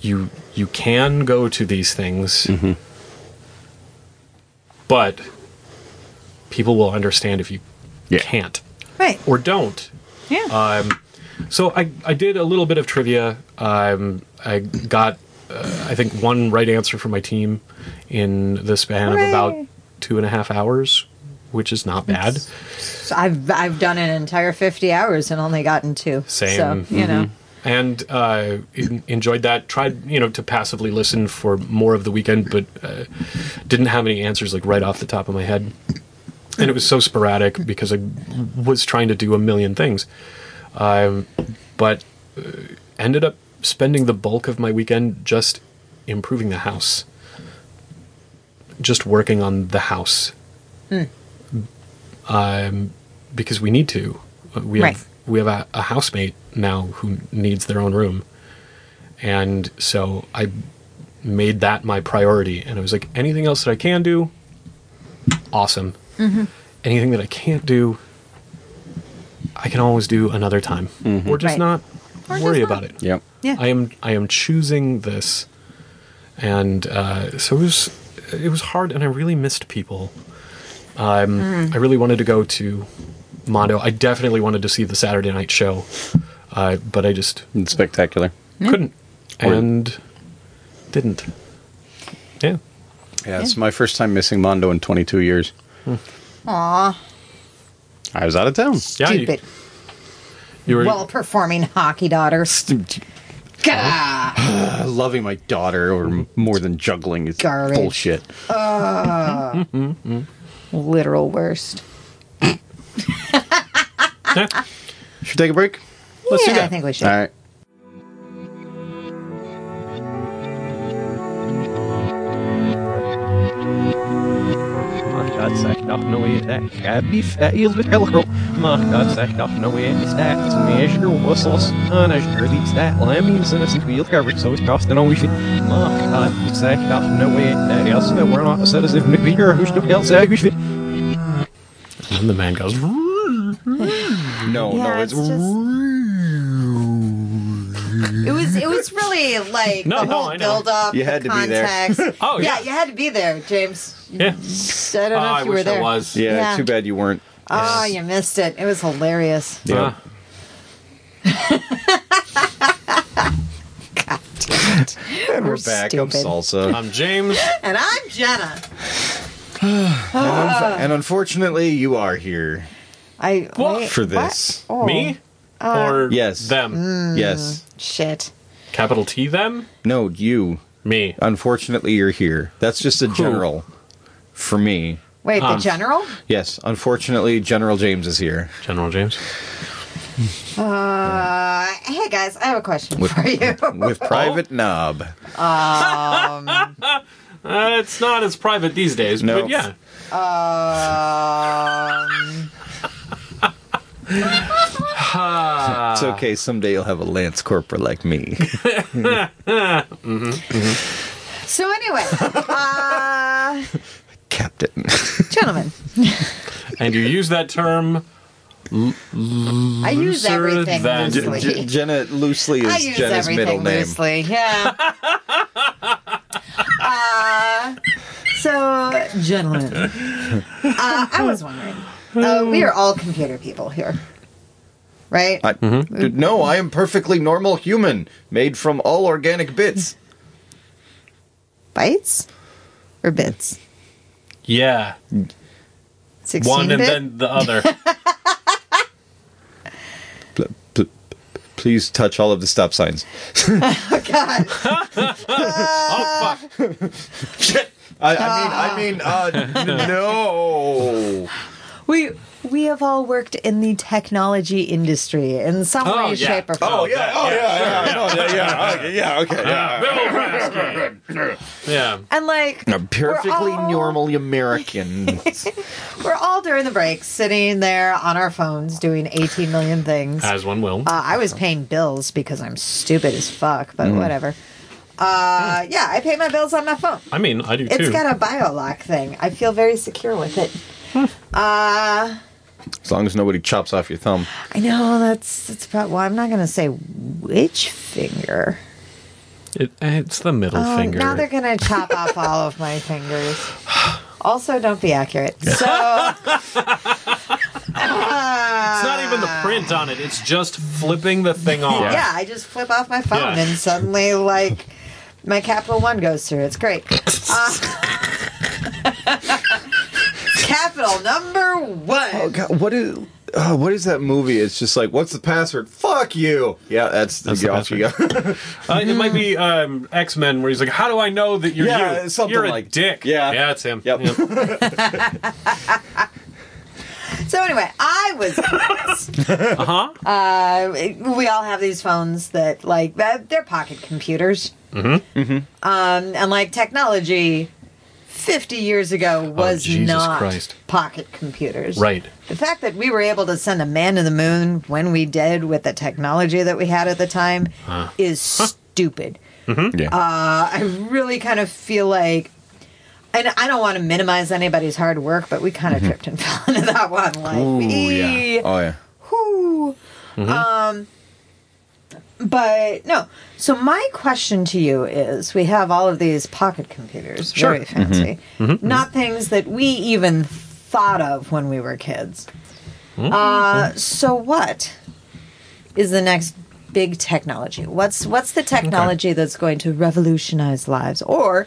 C: you you can go to these things, but people will understand if you can't
D: Right.
C: or don't.
D: Yeah.
C: So I, I did a little bit of trivia. Um, I got, uh, I think, one right answer from my team in the span
D: Hooray.
C: of about two and a half hours, which is not bad.
D: So I've I've done an entire 50 hours and only gotten two.
C: Same.
D: So, you know.
C: And uh, en- enjoyed that. Tried, you know, to passively listen for more of the weekend, but uh, didn't have any answers like right off the top of my head. And it was so sporadic because I was trying to do a million things. Um, but uh, ended up spending the bulk of my weekend just improving the house, just working on the house. Um, because we need to. We
D: Right.
C: have we have a, a housemate now who needs their own room, and so I made that my priority. And I was like, anything else that I can do, awesome.
D: Mm-hmm.
C: Anything that I can't do, I can always do another time, or just
D: Right.
C: not
D: Or just
C: worry
D: not.
C: about it.
B: Yep.
D: Yeah.
C: I am I am choosing this, and uh, so it was it was hard, and I really missed people. Um,
D: Mm-hmm.
C: I really wanted to go to Mondo. I definitely wanted to see the Saturday night show, uh, but I just
B: It's spectacular.
C: couldn't and didn't. Yeah,
B: Yeah, it's my first time missing Mondo in 22 years.
D: Aw,
B: I was out of town.
C: yeah. you-
D: stupid.
C: you were
D: Well performing hockey daughter. Gah!
B: Uh, loving my daughter or m- more than juggling is
D: Garbage.
B: bullshit.
D: Literal worst.
C: Yeah.
B: Should we take a break?
D: Let's yeah,
C: do that.
D: I think we should.
B: All right.
F: My God, sack not no way that can be fat is with hell girl. My God, sack not no way it's that is measure whistles on a surely that lemmings and a wheel cover so it's costing all we should. My God, sack not no way that else that we're not set as if maybe you're a host of hell sack we should.
C: And the man goes,
B: No,
D: Yeah,
B: no,
D: it's just. It was it was really like
C: No,
D: the
C: no,
D: whole
C: I know.
D: build up.
B: You
D: the
B: had to be there.
D: context.
C: Oh, yeah.
D: you had to be there, James.
C: yeah.
D: I don't
C: Oh,
D: know if
C: I
D: you
C: wish
D: were there.
C: I was.
B: yeah,
D: Yeah.
B: too bad you weren't.
D: Oh, you missed it. It was hilarious.
B: Yeah.
C: Ah.
B: and we're
D: We're
B: back.
D: stupid.
B: I'm salsa.
C: I'm James.
D: And I'm Jenna. Uh.
B: and, unf- and unfortunately, you are here.
D: I
C: What?
D: wait,
B: For this.
D: Oh, Mm.
C: Me? or
B: Yes.
C: them?
D: Uh.
B: Yes.
D: Shit.
C: Capital T them?
B: No, you.
C: Me.
B: Unfortunately, you're here. That's just a general for me.
D: Wait,
C: Um,
D: the general?
B: Yes, unfortunately, General James is here.
C: General James.
D: Uh, hey guys, I have a question for you.
B: With Private Knob.
C: Uh, it's not as private these days,
B: No.
C: but yeah.
D: um,
C: Ah,
B: It's okay, someday you'll have a Lance Corporal like me.
D: so anyway, uh,
B: Captain.
D: gentlemen,
C: And you use that term.
D: I use
C: Looser
D: everything
C: than-
D: loosely.
B: J- Jenna loosely
D: I
B: is
D: use
B: Jenna's middle
D: everything
B: name.
D: loosely. Yeah. uh, so, gentlemen, uh, I was wondering. Uh, we are all computer people here, right?
B: I, Dude, no, I am perfectly normal human, made from all organic bits.
D: Bytes or bits?
C: Yeah.
D: Sixteen
C: One and
D: bit.
C: then the other.
B: Pl- pl- Please touch all of the stop signs.
D: God.
C: oh, fuck.
B: I, I mean, I mean, uh, Oh, no.
D: We we have all worked in the technology industry in some
C: Oh,
D: way,
C: yeah.
D: shape, or form.
B: Oh yeah, oh yeah, yeah, no, yeah, yeah, okay, yeah, okay. Yeah.
C: Yeah.
D: And like
B: A perfectly
D: We're all-
B: normal American.
D: we're all during the break sitting there on our phones doing 18 million things. Uh,
C: As one will.
D: I was paying bills because I'm stupid as fuck,
C: Mm-hmm.
D: but whatever. Uh, yeah, I pay my bills on my phone.
C: I mean, I do
D: It's
C: too.
D: got a biolock thing. I feel very secure with it. Uh,
B: as long as nobody chops off your thumb.
D: I know that's that's about. Well, I'm not gonna say which finger.
C: It, it's the middle
D: Oh,
C: finger.
D: Now they're gonna chop off all of my fingers. Also, don't be accurate. So uh,
C: it's not even the print on it. It's just flipping the thing off.
D: yeah, I just flip off my phone
C: Yeah.
D: and suddenly like my capital one goes through. It's great. Uh, capital number one.
B: Oh God, what is oh, what is that movie? It's just like, what's the password? Fuck you. Yeah, that's,
C: That's
B: the
C: the
B: off you go.
C: Uh, it might be um, X Men, where he's like, "How do I know that you're
B: Yeah,
C: you?
B: something
C: you're a
B: like-
C: dick."
B: yeah.
C: yeah, it's him.
B: Yep.
D: So anyway, I was.
C: Uh huh.
D: uh, we all have these phones that like uh, they're pocket computers. Mm-hmm. Um, and like technology, fifty years ago was
C: Oh, Jesus
D: not
C: Christ.
D: pocket computers.
C: Right.
D: The fact that we were able to send a man to the moon when we did with the technology that we had at the time is stupid.
B: Hmm? Yeah.
D: Uh, I really kind of feel like, and I don't want to minimize anybody's hard work, but we kind of tripped and fell into that one. Like, we-
B: Oh yeah.
D: Whew. Um, but no. So my question to you is: We have all of these pocket computers, very fancy, not things that we even thought of when we were kids. Uh, so what is the next big technology? What's what's the technology that's going to revolutionize lives, or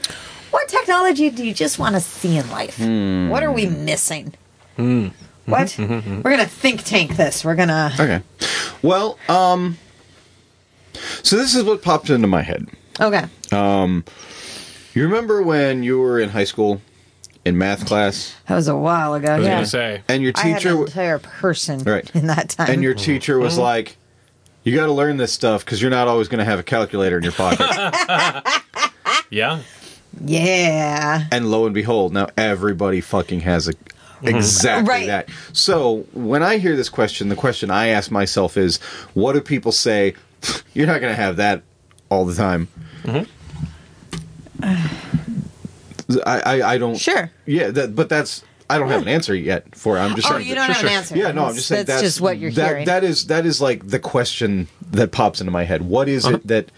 D: what technology do you just want to see in life? What are we missing? What? We're gonna think tank this. We're gonna.
B: Okay. Well, um, so this is what popped into my head.
D: Okay.
B: You remember when you were in high school in math class,
D: That was a while ago.
C: I was
D: yeah.
C: gonna say.
B: and your
D: I had an
B: teacher
D: entire person
B: Right.
D: in that time.
B: and your teacher was like, "You got to learn this stuff because you're not always going to have a calculator in your pocket."
C: Yeah.
D: yeah.
B: and lo and behold, now everybody fucking has a exactly
D: Right.
B: that. So when I hear this question, the question I ask myself is, "What do people say? You're not going to have that all the time." I, I I don't
D: Sure.
B: Yeah, that, but that's I don't have an answer yet for. it. I'm just
D: Oh,
B: saying
D: you
B: that-
D: don't have an answer.
B: Yeah, no, I'm just saying that's
D: that's just what you're
B: that,
D: hearing.
B: That is that is like the question that pops into my head. What is it that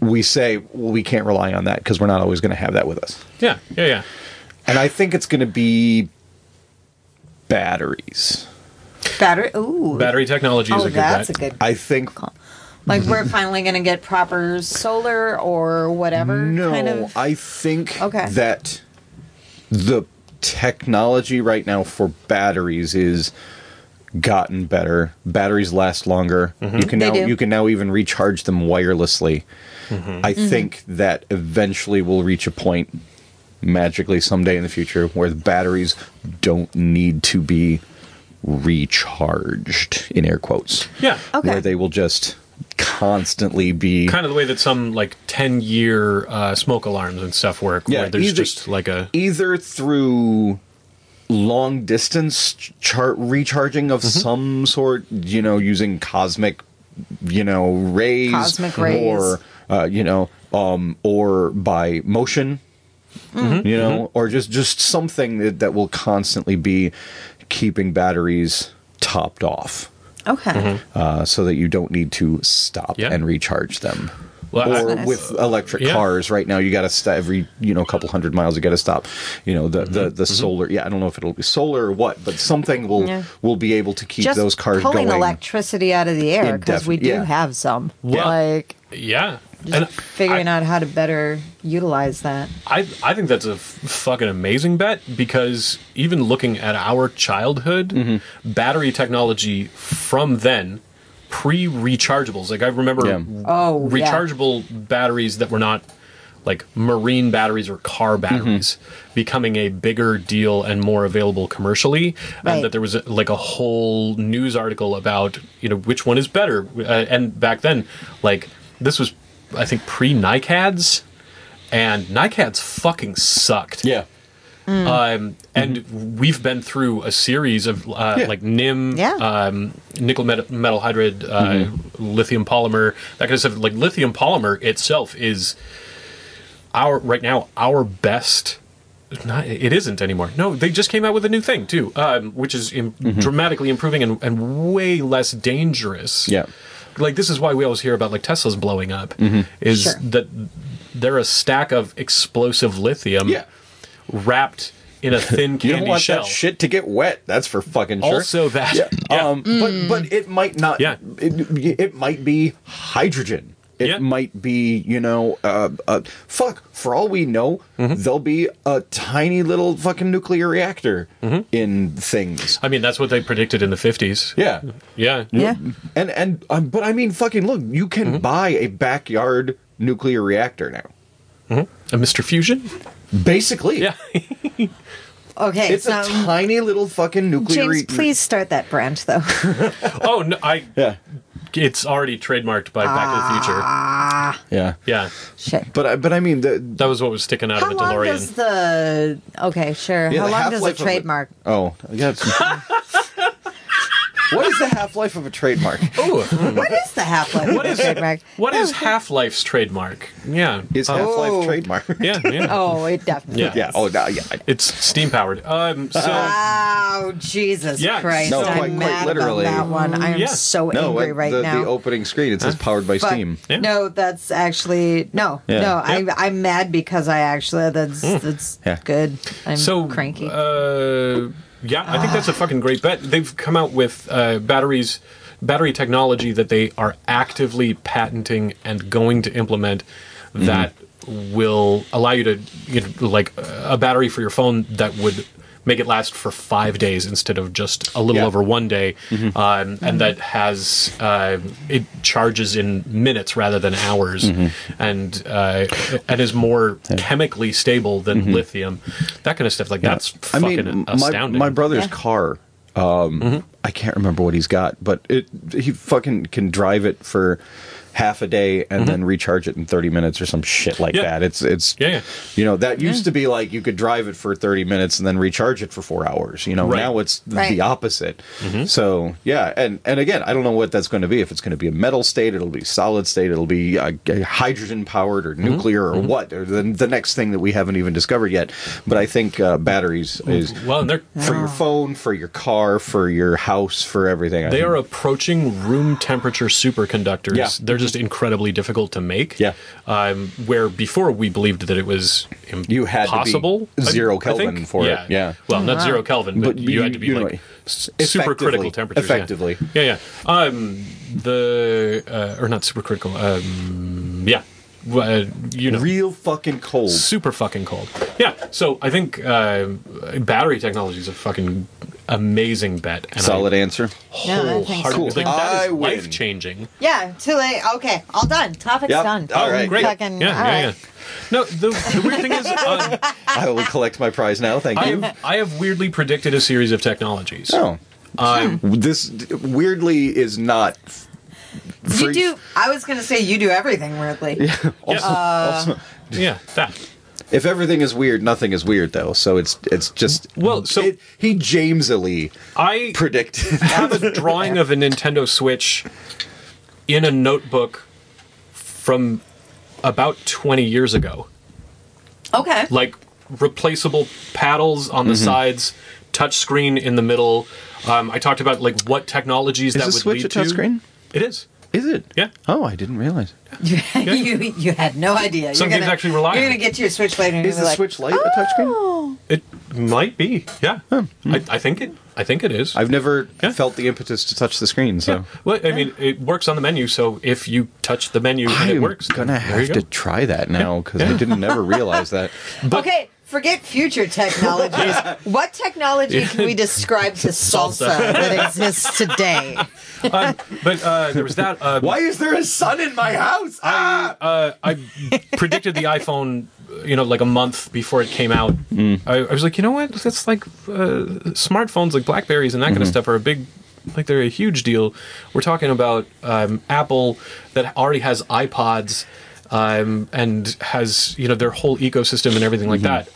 B: we say? Well, we can't rely on that because we're not always going to have that with us.
C: Yeah. Yeah. Yeah.
B: And I think it's going to be batteries.
D: Battery. Ooh.
C: Battery technology is
D: Oh,
C: a good
D: that's a
C: bet.
D: good.
B: I think
D: Like we're finally going to get proper solar or whatever.
B: no.
D: Kind of.
B: I think
D: Okay.
B: that the technology right now for batteries is gotten better. Batteries last longer. You can
D: They
B: now
D: do.
B: you can now even recharge them wirelessly. I
D: Mm-hmm.
B: think that eventually we'll reach a point magically someday in the future where the batteries don't need to be recharged in air quotes.
C: Yeah.
D: Okay.
B: where they will just constantly be
C: Kind of the way that some like ten year uh, smoke alarms and stuff work.
B: Yeah,
C: Where there's
B: either-
C: just like a
B: either through long distance chart recharging of
C: Mm-hmm.
B: some sort, you know, using cosmic, you know, rays,
D: Cosmic rays.
B: or uh, you know, um, or by motion,
C: Mm-hmm.
B: you know, or just just something that, that will constantly be keeping batteries topped off.
D: okay.
B: Uh, so that you don't need to stop
C: Yeah.
B: and recharge them.
C: Well, I-
B: or
D: Nice.
B: with electric
C: Yeah.
B: cars right now, you got to st- every you know couple hundred miles, you got to stop. You know the the,
C: Mm-hmm.
B: the solar. Yeah, I don't know if it'll be solar or what, but something will
D: Yeah.
B: will be able to keep
D: Just
B: those cars
D: pulling
B: going.
D: electricity out of the air because we
B: Indefinite-
D: do
B: yeah.
D: have some.
C: Yeah.
D: Like
C: yeah.
D: just
C: And
D: figuring out how to better utilize that.
C: I I think that's a f- fucking amazing bet because even looking at our childhood, battery technology from then, pre rechargeables. Like I remember
B: Yeah.
D: Oh, yeah.
C: rechargeable batteries that were not like marine batteries or car batteries becoming a bigger deal and more available commercially
D: Right.
C: and that there was like a whole news article about you know which one is better uh, and back then like this was i think pre nicads and nicads fucking sucked
B: Yeah, Mm-hmm.
C: um, and we've been through a series of uh,
B: Yeah.
C: like NIM,
D: Yeah.
B: Uh,
C: um, nickel met- metal hydride, uh,
B: Mm-hmm.
C: lithium polymer, that kind of stuff. Like lithium polymer itself is our right now our best. Not, it isn't anymore. No, they just came out with a new thing too, um, which is Im-
B: Mm-hmm.
C: dramatically improving and, and way less dangerous
B: yeah,
C: like this is why we always hear about like Tesla's blowing up
B: Mm-hmm.
C: is
D: Sure.
C: that they're a stack of explosive lithium
B: Yeah.
C: wrapped in a thin
B: You
C: candy
B: don't want
C: Mm. shell.
B: that shit to get wet. That's for fucking sure.
C: Also that
B: yeah.
C: yeah.
B: Um,
D: Mm.
B: but but it might not.
C: Yeah.
B: it, it might be hydrogen. It
C: Yeah.
B: might be you know, uh, uh, fuck. For all we know,
C: Mm-hmm.
B: there'll be a tiny little fucking nuclear reactor
C: Mm-hmm.
B: in things.
C: I mean that's what they predicted in the 50s.
B: Yeah,
C: Yeah.
D: Yeah.
B: and and um, but I mean, fucking look, you can buy a backyard nuclear reactor now.
C: A Mr. Uh, Fusion?
B: Basically,
C: Yeah.
D: Okay.
B: it's
D: so
B: a tiny little fucking nuclear.
D: um, James, please start that branch though.
C: oh no I
B: Yeah,
C: it's already trademarked by Back to the
B: Ah.
C: Future.
B: yeah.
C: Yeah.
D: Ah, Shit.
B: But I, but I mean, the,
C: That was what was sticking out
D: How
C: of a
D: long
C: DeLorean.
D: does the okay sure?
B: Yeah,
D: How
B: the
D: long does
B: half-life
D: a
B: of it-
D: trademark?
B: Oh, yeah. what is the half life of a trademark?
C: Ooh,
D: What is the half life of a trademark?
C: what is Half-Life's trademark? Yeah. Uh,
B: Is Oh, half life trademark?
C: yeah, yeah.
D: Oh, it definitely.
C: Yeah.
B: Yeah. Oh, no, yeah.
C: It's steam powered. Um so
D: Oh Jesus
C: Yeah,
D: Christ!
C: no,
D: I'm
B: quite- quite
D: mad
B: literally.
D: about that one. I am
C: Yeah.
D: so
B: No,
D: angry
B: uh,
D: right
B: the,
D: now.
B: the opening screen it says powered by
D: But-
B: Steam.
C: Yeah.
D: No, that's actually no,
B: Yeah.
D: no.
C: Yeah. Hmm.
D: I, I'm mad because I actually that's that's
B: Yeah.
D: good. I'm
C: so
D: cranky.
C: Uh, yeah, I think that's a fucking great bet. They've come out with uh, batteries, battery technology that they are actively patenting and going to implement that will allow you to, you know, like a battery for your phone that would make it last for five days instead of just a little
B: Yeah.
C: over one day, um, and that has uh, it charges in minutes rather than hours, and uh, and is more chemically stable than lithium. That kind of stuff. Like that's
B: I
C: fucking
B: mean, my,
C: astounding. Mm-hmm.
B: my brother's
D: Yeah.
B: car. Um, I can't remember what he's got, but it he fucking can drive it for half a day and then recharge it in 30 minutes or some shit like
C: Mm-hmm. Yeah.
B: that. It's it's
C: Yeah, yeah.
B: you know that used to be like you could drive it for 30 minutes and then recharge it for four hours. You know
C: Right.
B: now it's th-
D: Right.
B: the opposite.
C: Mm-hmm.
B: So yeah, and and again, I don't know what that's going to be. If it's going to be a metal state, it'll be solid state, it'll be uh, g- hydrogen powered or
C: Mm-hmm.
B: nuclear or what, or the, the next thing that we haven't even discovered yet. But I think uh, batteries is
C: well, and they're
B: for your phone, for your car, for your house, for everything. I
C: They
B: think.
C: are approaching room temperature superconductors.
B: Yeah.
C: They're just incredibly difficult to make.
B: Yeah.
C: Um, where before we believed that it was impossible.
B: You had to be zero Kelvin
C: think.
B: for it,
C: yeah.
B: yeah.
C: Well, not
D: Wow.
C: zero Kelvin, but,
B: But
C: you,
B: you-
C: had to be
B: you
C: like
B: know,
C: s- supercritical
B: effectively-
C: temperatures.
B: effectively.
C: Yeah, yeah. yeah. Um, the, uh, or not supercritical. Um, yeah. Well, Uh, you know
B: real fucking cold.
C: super fucking cold. Yeah. So I think uh, battery technology is a fucking amazing bet. And
B: Solid
C: I
B: answer.
D: Yeah, I think so.
C: wholeheartedly- Like, that
B: I
C: is
B: win.
C: life changing.
D: Yeah, too late. Okay, all done. Topic's
B: Yep.
D: done.
B: All right.
C: Great.
D: Fucking,
C: yeah,
D: all
C: yeah,
D: right.
C: yeah. No, the, the weird thing is, um,
B: I will collect my prize now. Thank
C: I,
B: you.
C: have, I have weirdly predicted a series of technologies.
B: Oh.
C: Um,
B: This d- weirdly is not. f-
D: You
B: free-
D: do. I was gonna say you do everything weirdly.
B: Also, also-
C: yeah, that.
B: if everything is weird, nothing is weird though. So it's it's just
C: Well, so-
B: it, he Jamesily
C: I
B: predicted.
C: have a drawing of a Nintendo Switch in a notebook from about 20 years ago.
D: Okay.
C: like replaceable paddles on the
B: Mm-hmm.
C: sides, touch screen in the middle. Um, I talked about like what technologies that
B: the
C: would
B: Switch
C: lead
B: a touch
C: to.
B: screen?
C: It is.
B: is it?
C: Yeah.
B: Oh, I didn't realize.
D: you you had no idea.
C: Some
D: you're
C: games
D: gonna,
C: actually rely
D: You're
C: on
D: gonna
C: it.
D: get your Switch later. And
B: Is
D: you're
B: the
D: like,
B: Switch Lite a touchscreen?
C: It might be. Yeah.
B: Oh, hmm.
C: I, I think it. I think it is.
B: I've never
C: Yeah.
B: felt the impetus to touch the screen, so
C: well, I mean, it works on the menu, so if you touch the menu and
B: I'm
C: it works, then
B: gonna
C: there you
B: have to
C: go.
B: try that now because I didn't never realize that.
D: okay, forget future technologies. what technology can we describe to salsa,
C: Salsa.
D: that exists today?
C: Um, but uh, there was that. Uh,
B: Why is there a sun in my house? Ah!
C: uh, I predicted the iPhone, you know, like a month before it came out. I, I was like, you know what? That's like uh, smartphones, like Blackberries and that kind of stuff, are a big, like they're a huge deal. We're talking about um, Apple that already has iPods um, and has you know their whole ecosystem and everything like that.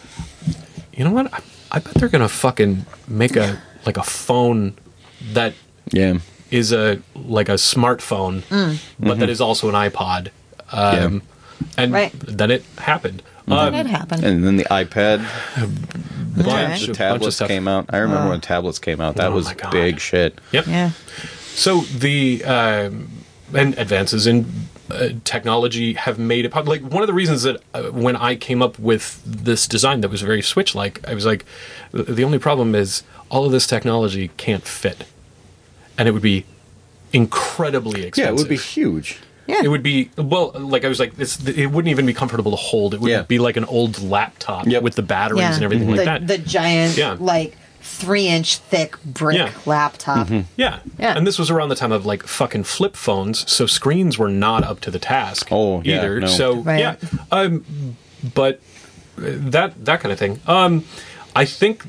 C: You know what? I, I bet they're gonna fucking make a like a phone that
B: Yeah.
C: is a like a smartphone, but that is also an iPod. Um, And
D: Right.
C: then it happened. Um,
D: That happened.
B: And then the iPad,
C: bunch,
D: Alright.
C: a
B: the
C: bunch of
B: tablets
C: stuff.
B: came out. I remember when tablets came out. That
C: Oh
B: was
C: my God.
B: big shit.
C: Yep.
D: yeah.
C: So the um, and advances in uh, technology have made it possible. Like one of the reasons that uh, when I came up with this design that was very Switch-like, I was like, "The- the only problem is all of this technology can't fit, and it would be incredibly expensive.
B: Yeah, it would be huge.
D: Yeah.
C: It would be well, like I was like, this, it wouldn't even be comfortable to hold. It would
B: Yeah.
C: be like an old laptop
B: Yep. Mm-hmm.
C: with the batteries
D: yeah.
C: and everything
D: the,
C: like that.
D: The giant,
C: Yeah.
D: like three inch thick brick
C: Yeah.
D: laptop.
B: Mm-hmm.
C: yeah.
D: Yeah.
C: and this was around the time of like fucking flip phones, so screens were not up to the task.
B: Oh, yeah,
C: either.
B: no.
C: So
D: Right.
C: yeah, um, but uh, that that kind of thing. Um, I think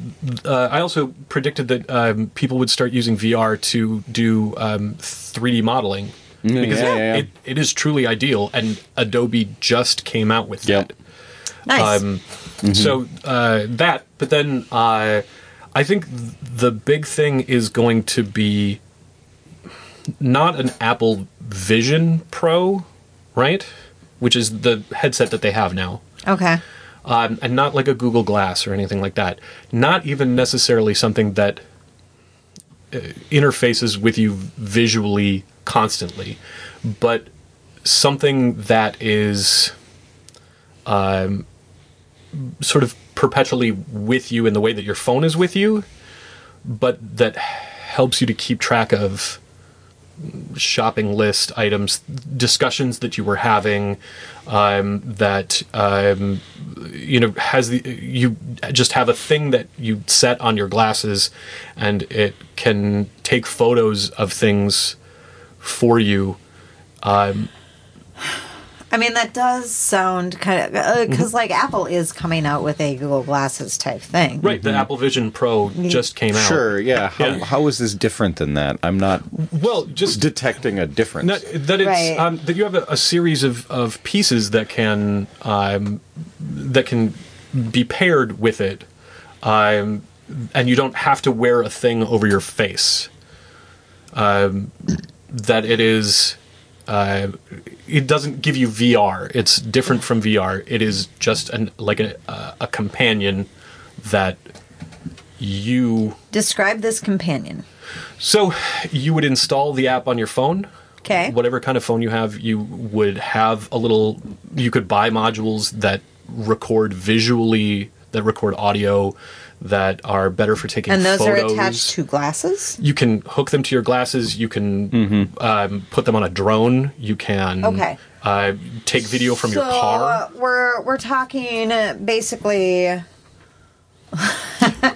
C: uh, I also predicted that um, people would start using VR to do um, 3D modeling because
B: Mm, yeah,
C: it,
B: yeah, yeah.
C: It, it is truly ideal, and Adobe just came out with
B: Yep.
C: that.
D: Nice.
C: Um, So uh, that, but then uh, I think th- the big thing is going to be not an Apple Vision Pro, right? Which is the headset that they have now.
D: okay.
C: Um, and not like a Google Glass or anything like that. Not even necessarily something that uh, interfaces with you visually constantly, but something that is um, sort of perpetually with you in the way that your phone is with you, but that helps you to keep track of shopping list items, discussions that you were having, um, that um, you know has the you just have a thing that you set on your glasses, and it can take photos of things for you. Um,
D: I mean, that does sound kind of because
B: Mm-hmm.
D: like Apple is coming out with a Google Glasses type thing,
C: right, the Apple Vision Pro just came out.
B: Sure, yeah. How,
C: Yeah.
B: how is this different than that? I'm not
C: Well, just
B: detecting a difference.
C: No, that it's
D: Right.
C: um, that you have a, a series of, of pieces that can um, that can be paired with it, um, and you don't have to wear a thing over your face. Um, that it is, uh, it doesn't give you VR. It's different from VR. It is just an like a a a companion that you.
D: Describe this companion.
C: So you would install the app on your phone.
D: Okay.
C: Whatever kind of phone you have, you would have a little. You could buy modules that record visually, that record audio, that are better for taking
D: And those
C: photos.
D: are attached to glasses.
C: You can hook them to your glasses. You can um, put them on a drone. You can
D: Okay.
C: uh, take video from your
D: So,
C: car.
D: uh, We're we're talking uh, basically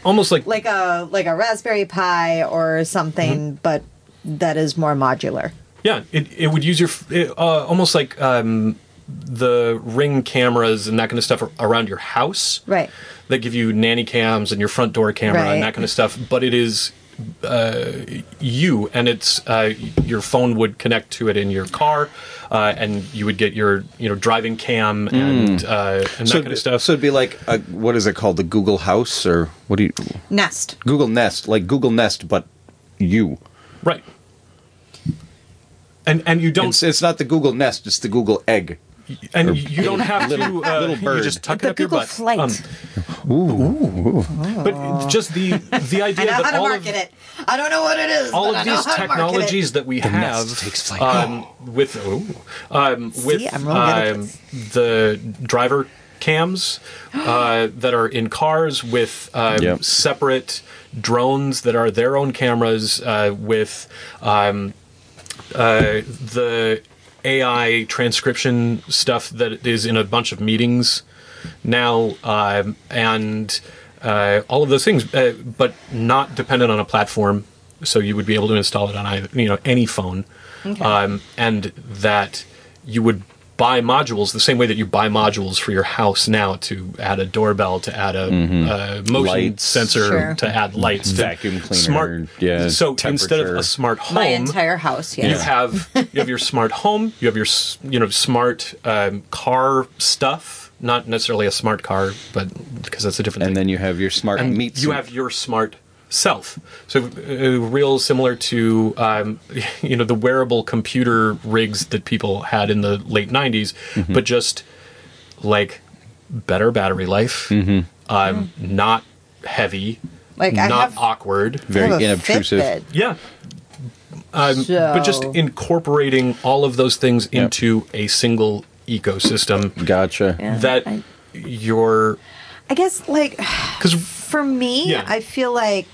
C: Almost like,
D: like a like a Raspberry Pi or something,
C: Mm-hmm.
D: but that is more modular.
C: yeah, it, it would use your f- it, uh, almost like um, the ring cameras and that kind of stuff ar- around your house.
D: Right.
C: that give you nanny cams and your front door camera
D: Right.
C: and that kind of stuff. But it is uh, you, and it's uh, your phone would connect to it in your car, uh, and you would get your you know driving cam and uh, and that kind of stuff.
B: Hmm. So it'd be like a, what is it called? The Google House or what do you?
D: Nest.
B: Google Nest, like Google Nest, but you.
C: right. And and you don't
B: It's, it's not the Google Nest; it's the Google Egg.
C: and
B: or
C: you don't have to uh,
B: little
C: You
B: bird.
C: just tuck
D: The
C: it up your
D: Google
C: butt. Um,
D: Flight.
C: But just the the idea
D: I
C: that
D: know how to
C: all
D: market
C: of,
D: it. I don't know what it is.
C: all
D: but I
C: of
D: know
C: these
D: how to market it.
C: technologies that we have um, with ooh, um, with
D: Oh. I'm really good at
C: um,
D: this.
C: the driver cams uh, that are in cars with um,
B: Yep.
C: separate drones that are their own cameras uh, with um, uh, the AI transcription stuff that is in a bunch of meetings now, um, and uh, all of those things, uh, but not dependent on a platform. So you would be able to install it on either, you know, any phone, um, and that you would buy modules the same way that you buy modules for your house now to add a doorbell, to add a, uh motion
B: Mm-hmm. Lights.
C: sensor,
D: Sure.
C: to add lights, to-
B: Vacuum cleaner,
C: smart.
B: yeah,
C: so instead of
B: temperature.
C: a smart home,
D: My entire house.
C: you
D: Yes.
C: have you have your smart home you have your s- you know smart um, car stuff not necessarily a smart car but because that's a different
B: And
C: thing
B: then you have your smart meat.
C: you
B: suit.
C: have your smart self so uh, real similar to um, you know the wearable computer rigs that people had in the late 90s
B: Mm-hmm.
C: but just like better battery life
B: Mm-hmm.
C: um, not heavy
D: Like I
C: not
D: have,
C: awkward
D: I have
B: very
D: a
B: inobtrusive.
D: Fitbit.
C: yeah. Um, But just
D: So-
C: incorporating all of those things
B: Yep.
C: into a single ecosystem
B: Gotcha.
D: Yeah,
C: that
D: I-
C: your
D: I guess like
C: because
D: for me,
C: Yeah.
D: I feel like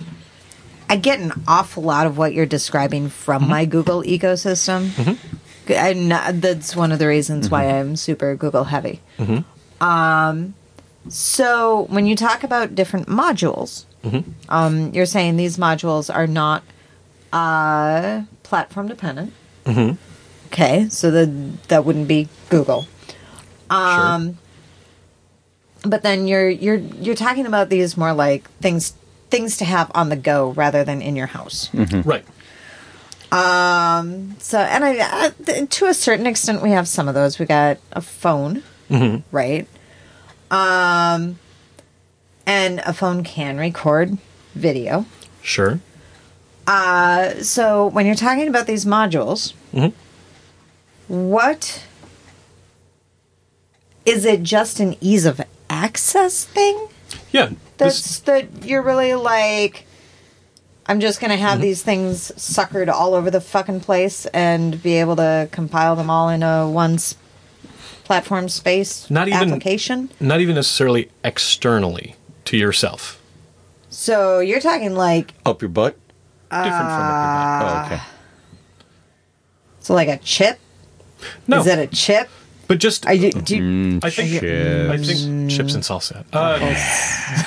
D: I get an awful lot of what you're describing from my Google ecosystem. I'm not, that's one of the reasons why I'm super Google heavy. Um, so when you talk about different modules, um, you're saying these modules are not uh, platform dependent. Okay, so the, that wouldn't be Google. Um, But then you're you're you're talking about these more like things things to have on the go rather than in your house.
C: Hmm. right
D: So, and I, I th- to a certain extent, we have some of those. We got a phone, right? Um, and a phone can record video. Uh,
C: sure
D: so when you're talking about these modules, what is it just an ease of access thing
C: yeah
D: that's
C: this-
D: that you're really like I'm just going to have
C: Mm-hmm.
D: these things suckered all over the fucking place and be able to compile them all in a one s- platform space
C: Not even-
D: application.
C: not even necessarily externally to yourself
D: So you're talking like
B: Up your butt.
C: Ah.
D: Uh,
C: different from everybody.
B: oh, okay.
D: So like a chip?
C: No,
D: Is it a chip?
C: but just
D: Are
C: I,
D: you, do you,
C: think
E: Chips.
C: I think chips and salsa. Uh,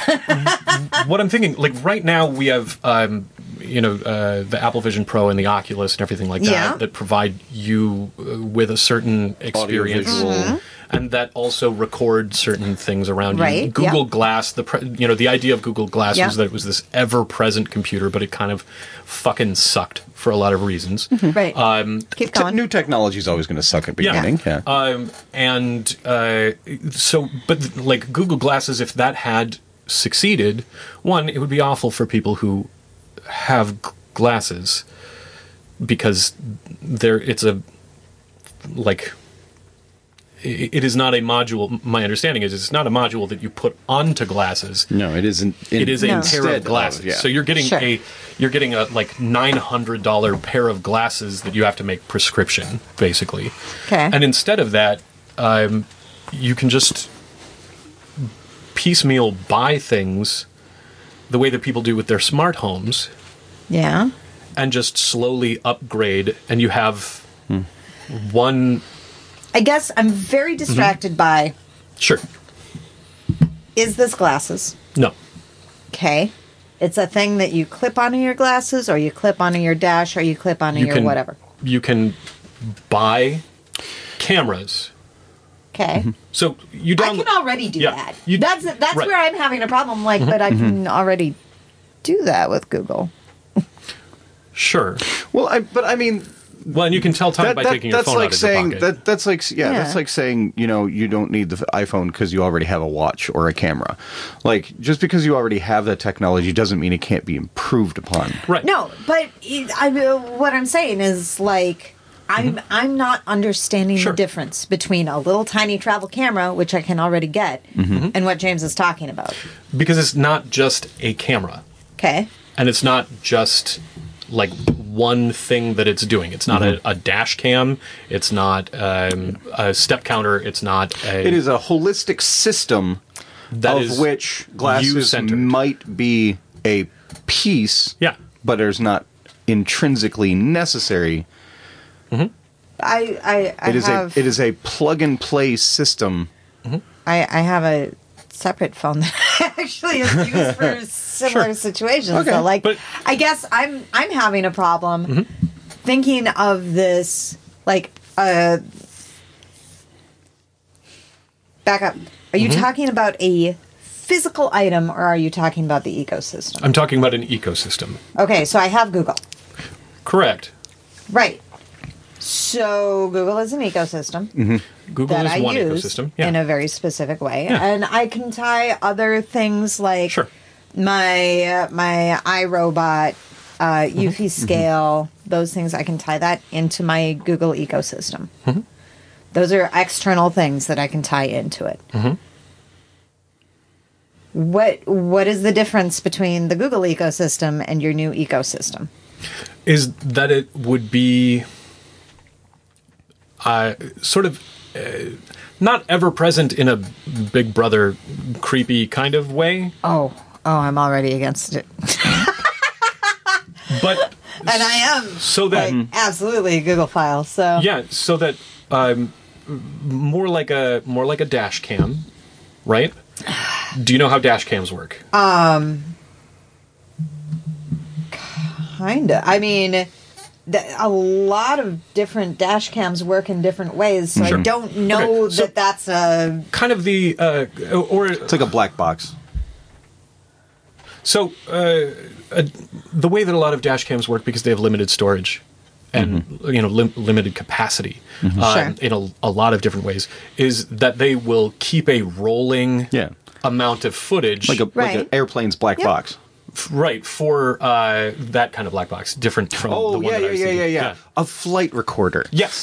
C: what I'm thinking, like right now, we have um, you know uh, the Apple Vision Pro and the Oculus and everything like that
D: Yeah.
C: that provide you uh, with a certain experience. Mm-hmm.
B: Audiovisual. Mhm.
C: And that also record certain things around you.
D: Right,
C: Google
D: yeah.
C: Glass, the pre- you know the idea of Google Glass
D: Yeah.
C: was that it was this ever-present computer, but it kind of fucking sucked for a lot of reasons.
D: right.
C: Um,
D: Keep
B: Te-
D: going.
B: new technology is always going to suck at beginning. Yeah.
C: um, and uh, so, but like Google Glasses, if that had succeeded, one, it would be awful for people who have g- glasses because there it's a like i- it is not a module. My understanding is it's not a module that you put onto glasses.
B: no, it isn't.
C: It is a
D: No.
C: pair
B: Instead
C: of
B: of,
C: glasses.
B: yeah.
C: So you're getting
D: Sure.
C: a you're getting a like nine hundred dollar pair of glasses that you have to make prescription basically.
D: Okay.
C: And instead of that, um, you can just piecemeal buy things the way that people do with their smart homes
D: yeah.
C: and just slowly upgrade and you have one
D: I guess I'm
C: Mm-hmm.
D: very distracted by
C: sure.
D: is this glasses?
C: No.
D: Okay. It's a thing that you clip onto your glasses or you clip onto your dash or you clip onto
C: You
D: your
C: can
D: whatever.
C: You can buy cameras.
D: Okay.
C: So you
D: I
C: download
D: can already do
C: Yeah.
D: that.
C: You-
D: that's that's
C: right.
D: where I'm having a problem like but I can already do that with Google.
C: Sure.
B: Well, I, but I mean,
C: Well, and you can tell time by taking your
B: that's
C: phone
B: like
C: out of
B: saying
C: your pocket.
B: that that's like yeah, that's
D: Yeah.
B: like saying you know you don't need the iphone because you already have a watch or a camera like just because you already have that technology doesn't mean it can't be improved upon
C: right.
D: No, but it, I what I'm saying is like I'm I'm not understanding
C: Sure.
D: the difference between a little tiny travel camera which I can already get and what James is talking about.
C: Because it's not just a camera.
D: Okay.
C: And it's not just like one thing that it's doing. It's not
B: Mm-hmm.
C: a, a dash cam. It's not um, a step counter. It's not a.
B: it is a holistic system
C: that
B: of
C: is
B: which glasses
C: you-centered.
B: might be a piece
C: Yeah.
B: but it's not intrinsically necessary
D: I I, I
B: it is
D: have
B: a it is a plug and play system
D: I, I have a separate phone that actually is used for similar situations.
B: Okay,
D: so like
C: but- Mm-hmm.
D: I guess I'm I'm having a problem thinking of this like uh back up. Are
C: Mm-hmm.
D: you talking about a physical item or are you talking about the ecosystem?
C: I'm talking about an ecosystem.
D: Okay, so I have Google.
C: Correct.
D: Right. So Google is an ecosystem.
C: Mm-hmm. Google
D: that
C: is
D: I
C: one
D: use
C: ecosystem. Yeah.
D: in a very specific way,
C: Yeah.
D: and I can tie other things like
C: Sure.
D: my uh, my iRobot, uh, Eufy scale, those things. I can tie that into my Google ecosystem. Those are external things that I can tie into it. What what is the difference between the Google ecosystem and your new ecosystem?
C: is that it would be uh, sort of uh, not ever present in a Big Brother creepy kind of way,
D: Oh, oh, I'm already against it,
C: but
D: and I am
C: so that
D: like, absolutely a Google file. So
C: yeah, so that um, more like a more like a dash cam, right? Do you know how dash cams work?
D: Kinda. I mean, th- a lot of different dash cams work in different ways, so I don't know
C: Okay, so-
D: that that's a.
C: kind of the uh, or
B: it's like a black box
C: So uh, uh, the way that a lot of dash cams work because they have limited storage and
B: Mm-hmm.
C: you know lim- limited capacity uh,
D: Sure.
C: in a, a lot of different ways is that they will keep a rolling
B: Yeah.
C: amount of footage
B: like a like an
D: Right.
B: airplane's black
D: Yep.
B: box
C: f- right for uh, that kind of black box different from the
B: oh
C: one
B: yeah
C: that I
B: yeah
C: was
B: yeah
C: thinking.
B: yeah yeah a flight recorder
C: Yes.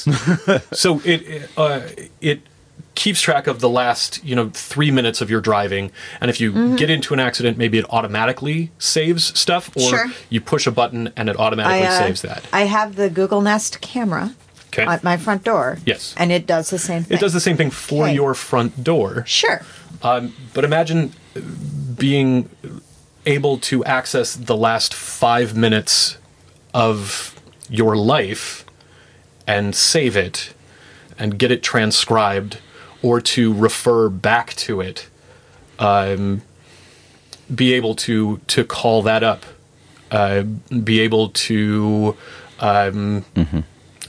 C: so it it, uh, it keeps track of the last you know three minutes of your driving, and if you
D: Mm-hmm.
C: get into an accident, maybe it automatically saves stuff, or
D: Sure.
C: you push a button and it automatically
D: I, uh,
C: saves that.
D: I have the Google Nest camera
C: Okay.
D: at my front door.
C: Yes.
D: And it does the same thing.
C: it does the same thing for
D: Okay.
C: your front door,
D: Sure.
C: but imagine uh, being able to access the last five minutes of your life and save it and get it transcribed or to refer back to it um, be able to to call that up uh, be able to um,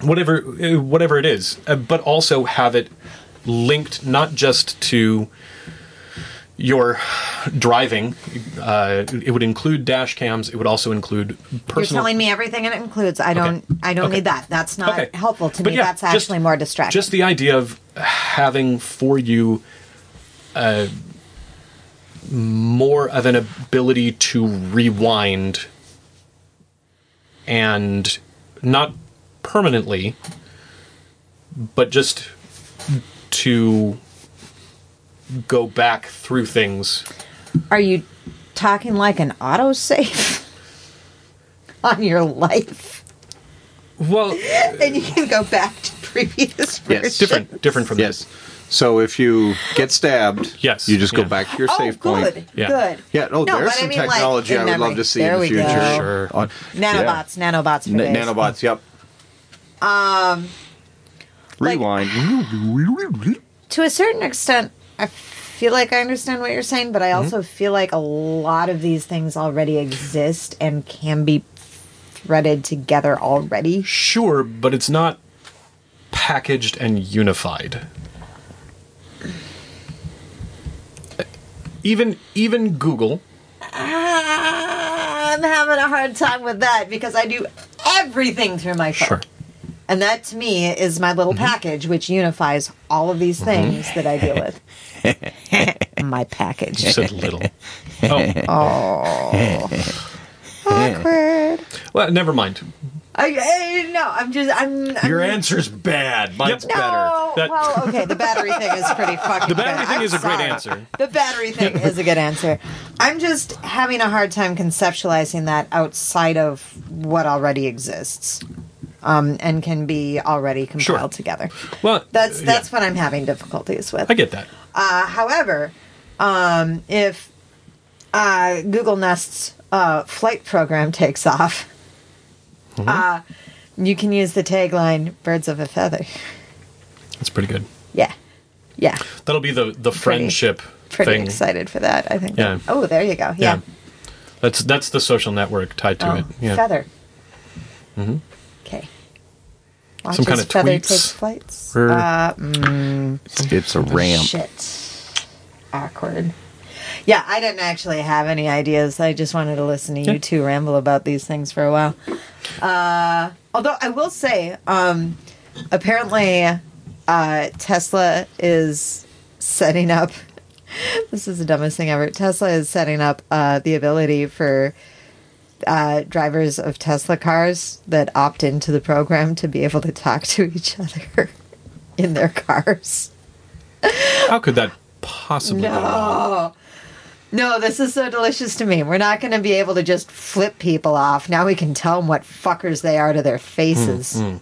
C: whatever uh, whatever it is uh, but also have it linked not just to your driving uh, it would include dash cams it would also include
D: You're
C: personal
D: telling me everything and it includes. I don't. I don't
C: Okay.
D: need that. That's not
C: Okay.
D: helpful to
C: But
D: me.
C: yeah,
D: That's
C: just-
D: actually more distracting.
C: just the idea of having for you uh, more of an ability to rewind and not permanently but just to go back through things
D: Are you talking like an autosave on your life?
C: well
D: Then you can go back to previous versions.
C: different different from
B: Yes.
C: this
B: So if you get stabbed,
C: Yes,
B: you just go
C: yeah.
B: back to your
D: Oh,
B: save
D: good.
B: point.
C: Yeah.
D: Good.
B: Yeah, oh,
D: No,
B: there's
D: but I
B: some
D: mean, like,
B: technology
D: in
B: I would love
D: memory.
B: to see
D: There
B: in the
D: we
B: future.
D: go.
C: Sure.
B: On-
D: Nanobots. Nanobots. For
B: yeah. N-
D: days.
B: nanobots, yep.
D: Um, like-
B: Rewind.
D: to a certain extent, I feel like I understand what you're saying, but I also
B: Mm-hmm.
D: feel like a lot of these things already exist and can be threaded together already.
C: sure but it's not packaged and unified even even google
D: Ah, I'm having a hard time with that because I do everything through my phone. And that to me is my little
B: Mm-hmm.
D: package, which unifies all of these things that I deal with. my package.
C: you said little oh
D: Awkward.
C: well never mind
D: I, I, no, I'm just, I'm. I'm
B: Your answer's bad. Mine's
D: No,
B: better.
C: That-
D: well, okay. The battery thing is pretty fucking.
C: the battery
D: bad.
C: thing
D: I'm
C: is a great
D: sorry.
C: answer
D: The battery thing is a good answer. I'm just having a hard time conceptualizing that outside of what already exists, um, and can be already compiled
C: Sure.
D: together.
C: well
D: That's
C: yeah,
D: that's what I'm having difficulties with.
C: i get that
D: Uh, however, um, if uh, Google Nest's uh, flight program takes off,
C: Mm-hmm.
D: uh, you can use the tagline "Birds of a Feather."
C: that's pretty good
D: Yeah, yeah.
C: that'll be the the friendship
D: Pretty
C: thing
D: excited for that. I think.
C: Yeah.
D: Oh, there you go. Yeah.
C: that's that's the social network tied to
D: Oh,
C: it yeah Mm-hmm.
D: Feather. Okay. Watch
C: Some kind
D: as
C: of
D: feather
C: tweets
D: takes flights.
C: Or-
D: Uh,
B: It's a ramp.
D: Shit. Awkward. Yeah, I didn't actually have any ideas. I just wanted to listen to you two ramble about these things for a while. Uh, although I will say, um, apparently, uh, Tesla is setting up. This is the dumbest thing ever. Tesla is setting up uh, the ability for uh, drivers of Tesla cars that opt into the program to be able to talk to each other in their cars.
C: how could that possibly go wrong?
D: No, this is so delicious to me. We're not going to be able to just flip people off. Now we can tell them what fuckers they are to their faces.
C: Mm,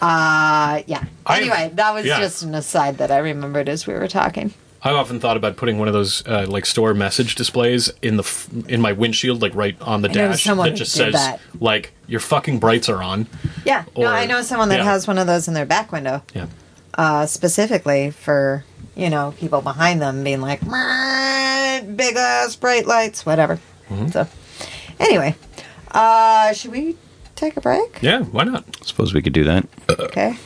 D: Uh, yeah.
C: I've-
D: Anyway, that was
C: yeah.
D: just an aside that I remembered as we were talking.
C: I've often thought about putting one of those uh, like store message displays in the f- in my windshield, like right on the
D: I know
C: dash,
D: someone
C: that just
D: who
C: says
D: did that.
C: like your fucking brights are on.
D: Yeah. no,
C: Or-
D: I know someone that
C: yeah.
D: has one of those in their back window,
C: Yeah,
D: uh, specifically for you know people behind them being like "Meh, big ass bright lights, whatever.
C: Mm-hmm.
D: So, anyway, uh, should we take a break?
C: yeah. Why not?
E: Suppose we could do that.
D: Okay.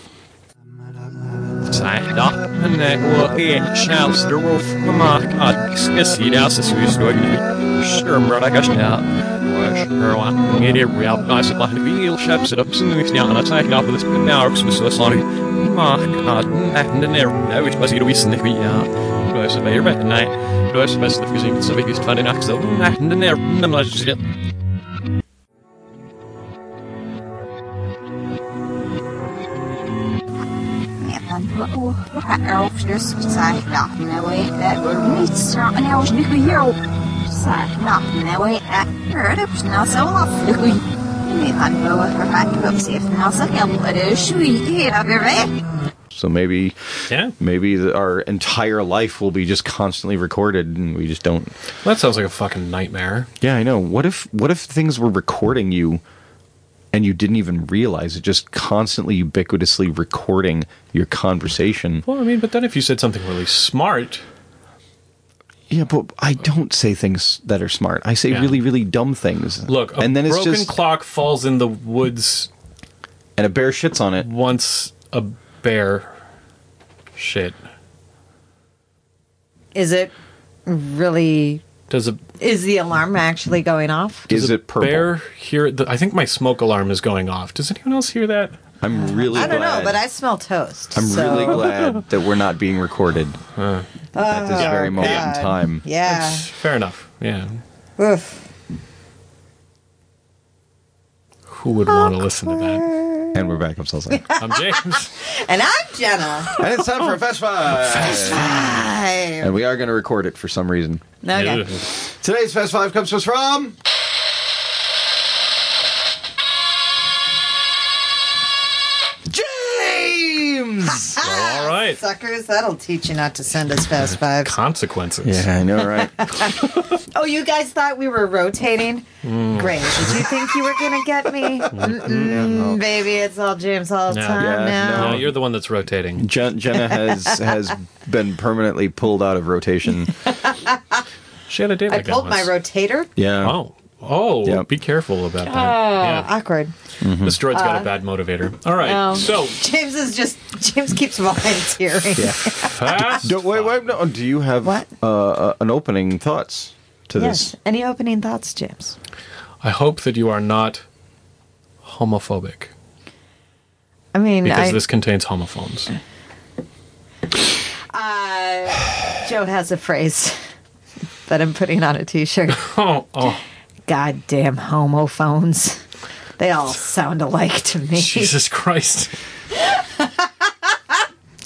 F: Sagt da, men eh, er det går en tjänster och förmark att ska sidas i Sverige. Skärmar jag snart. Och skärmar är er det real nice att man vill köpa sig upp sin stjärna. Sagt av det spänner också så sorry. Marknaden är den är nu ut på sidan visst vi är. Du är så väl rätt nej. Du är så er bäst att fysik så vi visst fan en axel. Marknaden är nämligen så
B: So maybe
C: Yeah,
B: maybe the, our entire life will be just constantly recorded and we just don't
C: that sounds like a fucking nightmare.
B: Yeah, I know. What if what if things were recording you and you didn't even realize it, just constantly ubiquitously recording your conversation.
C: Well, I mean, but then if you said something really smart,
B: Yeah, but I don't say things that are smart. I say
C: Yeah.
B: really, really dumb things.
C: look, a
B: and then it's
C: broken
B: just
C: clock falls in the woods
B: and a bear shits on it.
C: once a bear shit.
D: Is it really?
C: Does a
D: Is the alarm actually going off?
B: Is it purple?
C: bear hear? The, I think my smoke alarm is going off. Does anyone else hear that?
B: I'm really.
D: I don't know,
B: glad-
D: but I smell toast.
B: I'm
D: so-
B: really glad that we're not being recorded at this very moment
D: God.
B: in time.
D: Yeah.
C: Fair enough. Yeah.
D: Oof.
C: Who would want to listen to that?
B: And we're back upside down.
C: I'm James.
D: And I'm Jenna.
B: and it's time for Fest Five.
D: Hi.
B: And we are going to record it for some reason.
D: Okay.
C: Ugh.
B: Today's Fest Five comes to us from. James!
C: All right.
D: Suckers, that'll teach you not to send us fast fives.
C: Consequences.
B: Yeah, I know, right?
D: Oh, you guys thought we were rotating?
C: Mm.
D: Great. Did you think you were going to get me? Mm-mm, baby, it's all James all the
C: Yeah.
D: time
B: Yeah,
D: now.
C: No, you're the one that's rotating.
B: Jen- Jenna has has been permanently pulled out of rotation.
C: She had a date
D: I
C: like that
D: pulled my
C: once.
D: rotator.
B: Yeah.
C: Oh. Oh,
B: Yep.
C: be careful about that. yeah.
D: Oh, Awkward.
C: This droid's got
D: Uh.
C: a bad motivator. All right.
D: no.
C: So,
D: James is just, James keeps volunteering.
C: fast.
B: Don't, wait, wait, no. Do you have
D: What?
B: Uh, uh, an opening thoughts to
D: Yes.
B: this?
D: Any opening thoughts, James?
C: I hope that you are not homophobic
D: I mean,
C: because
D: I,
C: this contains homophones.
D: uh, Joe has a phrase that I'm putting on a t shirt.
C: Oh, oh,
D: Goddamn homophones. They all sound alike to me.
C: Jesus Christ.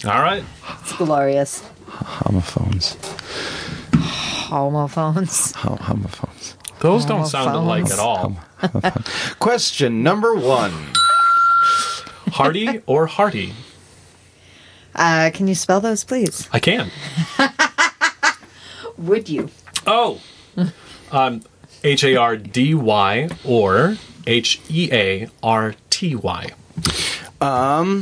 C: All right.
D: It's glorious.
B: Homophones.
D: Homophones.
B: Hom- homophones.
C: Those don't sound alike at all.
B: Question number one.
C: Hardy or hearty?
D: Uh, can you spell those, please?
C: I can.
D: Would you?
C: Oh, um, H A R D Y or H E A R T Y.
B: I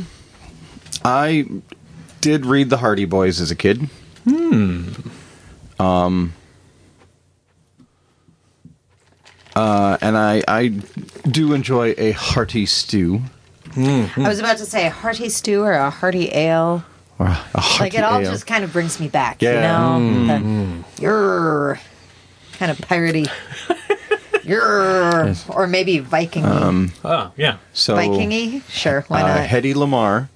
B: did read the Hardy Boys as a kid. Um, Hmm. Um. Uh, and I, I do enjoy a hearty stew Hmm.
D: I was about to say a hearty stew or a hearty ale.
B: or a hearty
D: Like it all
B: ale.
D: just kind of brings me back,
B: Yeah. Hmm.
D: you know? The, "Yer," kind of piratey. Yer. Or maybe Viking
C: Oh, yeah.
B: Um, so
D: Vikingy? Sure, why
B: uh,
D: not? Hmm.
B: Hedy Lamar.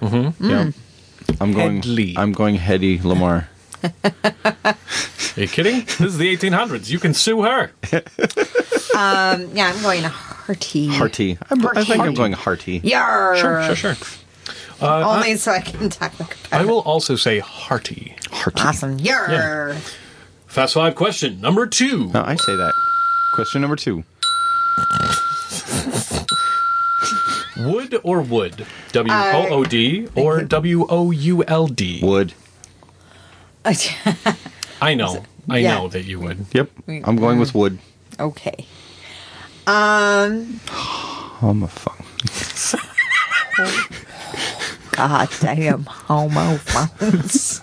B: Mm-hmm. I'm going.
C: Hedley.
B: I'm going Hedy Lamar.
C: Are you kidding? This is the 1800s. You can sue her.
D: Um, yeah, I'm going hearty.
B: Hearty. I'm, I think I'm
D: Hearty.
B: going hearty.
D: Yer.
C: Sure, Uh, sure, sure.
D: Only so I can talk like a
C: I will also say hearty.
B: Hearty.
D: Awesome. Yer.
C: Fast five question number two.
B: No, I say that. Question number two.
C: Wood or wood? W O O D
D: Uh,
C: or W O U L D?
B: Wood.
C: I know. I
D: Yeah.
C: know that you would.
B: Yep.
D: Wait,
B: I'm going with wood.
D: okay. Um.
B: Homophone.
D: God damn homophones.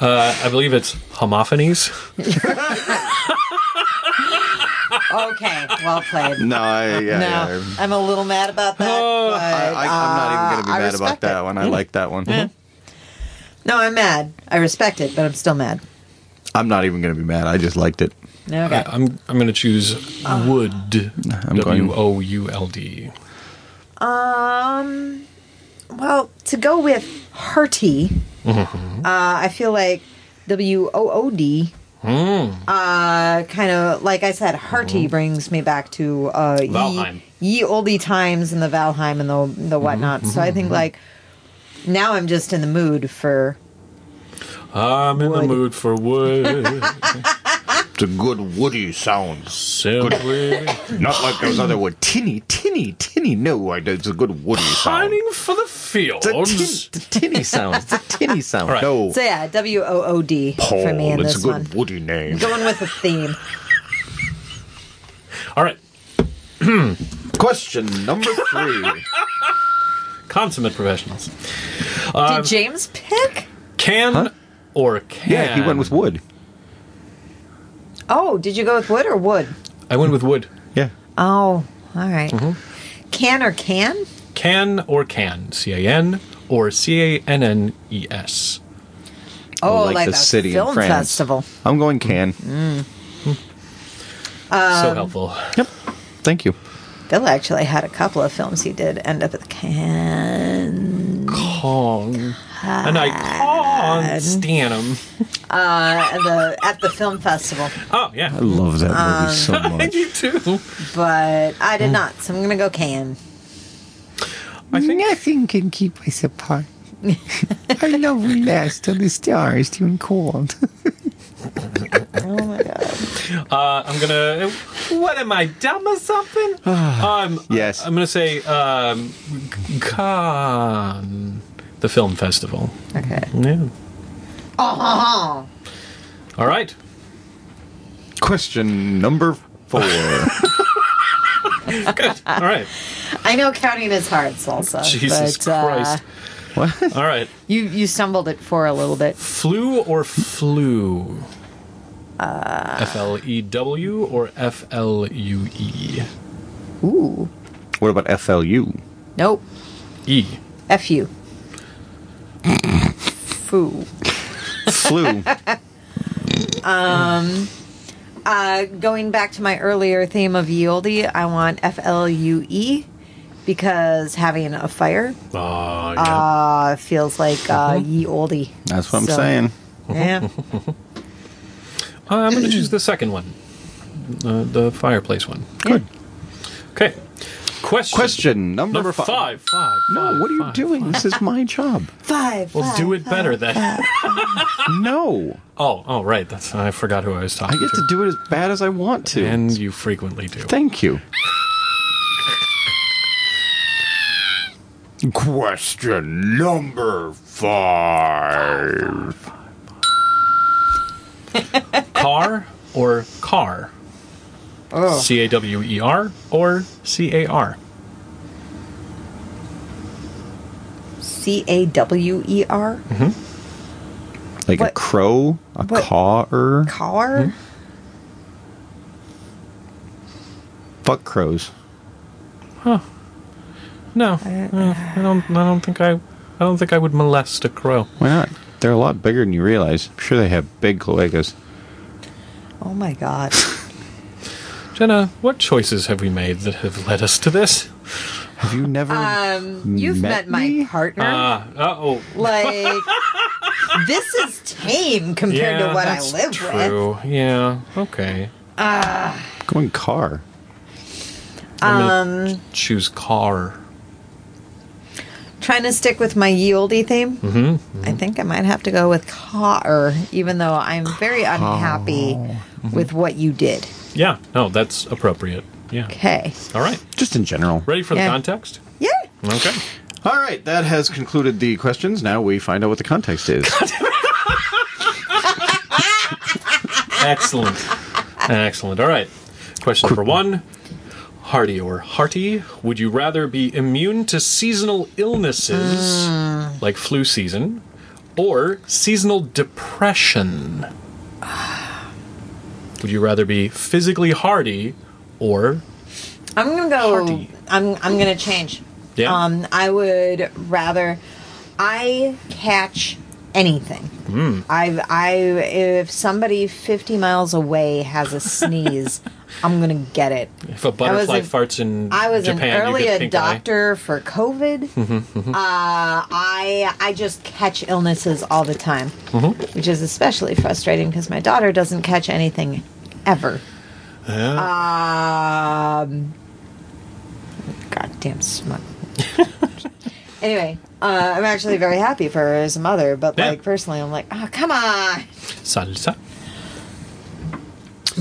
C: Uh, I believe it's homophonies.
D: okay. Well played.
B: No, I, yeah,
D: No,
B: yeah.
D: I'm a little mad about that.
C: Oh,
D: but,
B: I, I, I'm not even going to be
D: uh, I
B: mad about
D: respect
B: that
D: it.
B: one. I like that one. Mm-hmm.
D: No, I'm mad. I respect it, but I'm still mad.
B: I'm not even going to be mad. I just liked it.
D: No,
C: I,
D: okay.
C: I'm I'm gonna choose wood.
B: I'm going-
C: W O U L D.
D: Um. Well, to go with hearty, uh,
E: Mm-hmm.
D: I feel like W O O D.
E: Mm.
D: Uh, kind of like I said, hearty
E: Mm-hmm.
D: brings me back to uh,
C: Valheim.
D: Ye, ye oldie times and the Valheim and the
E: Mm-hmm.
D: the whatnot. So I think like now I'm just in the mood for
C: I'm in the
D: Wood.
C: mood for wood.
E: It's a good woody sound.
C: Simply
E: Not like those other wood. Tinny, tinny, tinny. No, I- it's a good woody sound.
C: pining for the fields.
B: tinny sound. It's a tinny sound.
C: right.
E: No,
D: so yeah W O O D for me in
E: Paul, it's a
D: this
E: good
D: one.
E: woody name.
D: Going with the theme.
C: All right.
B: Question number three.
C: Consummate professionals.
E: Uh,
D: Did James pick?
C: Can or can?
B: yeah, he went with wood.
D: Oh, did you go with wood or wood?
C: I went with wood.
B: Yeah.
D: Oh, all right.
B: Mm-hmm.
D: Can or can?
C: Can or can? C A N or C A N N E S.
D: Oh,
B: like the
D: a
B: city in
D: film
B: France.
D: festival. Mm.
B: I'm going can.
D: Um,
C: So helpful.
B: Thank you.
D: Bill actually had a couple of films he did end up with can.
C: Kong. And I can't stand him.
D: Uh, at, the, at the film festival,
C: Oh, yeah.
B: Love that movie so
C: I
B: much.
C: do too.
D: but I
B: Hmm.
D: did not, so I'm gonna go can.
C: I think
G: Nothing can keep us apart. I love we last till the stars turn cold.
D: Oh my god!
C: uh, I'm gonna. What am I dumb or something? um,
B: Yes.
C: I'm gonna say um, Con the film festival.
D: Okay.
C: Yeah. All right.
B: Question number four.
C: Good. All right.
D: I know counting is hard, salsa.
C: Jesus
D: but, uh,
C: Christ.
B: what?
C: All right.
D: you you stumbled it for a little bit.
C: Flew or flew? F L E W or F L U E?
D: Ooh.
B: What about FLU?
D: Nope.
C: E.
D: F you. Foo.
B: Flu.
D: Uh, going back to my earlier theme of yieldy, I want F L U E because having a fire
C: Oh, yeah.
D: uh, feels like uh, ye olde.
B: That's what I'm
D: So,
B: saying.
D: Yeah.
C: Uh, I'm going to choose the second one, uh, the fireplace one. Good. Okay. Question.
B: Question number,
C: number
B: fi-
C: five. Five. five
B: No, what are you
C: five.
B: doing? This is my job.
D: Five.
C: Well, do it better then.
B: No,
C: oh, oh, right. That's I forgot who I was
B: I
C: talking
B: get to do it as bad as I want to.
C: And you frequently do.
B: Thank you.
E: Question number five.
C: car or car?
D: Oh.
C: C A W E R or C A R?
D: C A W E R.
B: Like a
D: What-
B: crow, a
D: what-
B: cawer.
D: Car.
B: Fuck crows.
C: No, uh, I don't. I don't think I. I don't think I would molest a crow.
B: Why not? They're a lot bigger than you realize. I'm sure they have big cloacas.
D: Oh my god.
C: Jenna, what choices have we made that have led us to this?
B: Have you never?
D: Um, you've met,
B: Met me?
D: my partner.
C: Uh, oh,
D: Like this is tame compared to what I
C: that's
D: live with.
C: true. Yeah. Okay.
B: Going car.
C: I'm gonna
D: Um,
C: ch- choose car.
D: Trying to stick with my yieldy theme. Mm-hmm, I think I might have to go with car, even though I'm very unhappy with what you did.
C: Yeah. No, Oh, that's appropriate. Yeah.
D: Okay.
C: All right.
B: Just in general.
C: Ready for
D: Yeah.
C: the context?
D: Yeah.
C: Okay.
B: All right, that has concluded the questions. Now we find out what the context is.
C: Excellent. Excellent. All right. Question number one. Hardy or hearty, would you rather be immune to seasonal illnesses
D: Hmm.
C: like flu season or seasonal depression? Would you rather be physically hardy or
D: I'm gonna go.
C: Hearty.
D: I'm I'm gonna change.
C: Yeah.
D: Um, I would rather I catch anything. I've I if somebody 50 miles away has a sneeze, I'm gonna get it.
C: if a butterfly
D: an-
C: farts in
D: I was
C: Japan,
D: an early
C: you get pink eye?
D: adopter for COVID.
C: Mm-hmm,
D: uh, I I just catch illnesses all the time,
C: Mm-hmm.
D: which is especially frustrating because my daughter doesn't catch anything ever. Um, goddamn smug. anyway, uh, I'm actually very happy for her as a mother, but
C: Yeah.
D: like personally, I'm like, oh come on.
C: Salsa.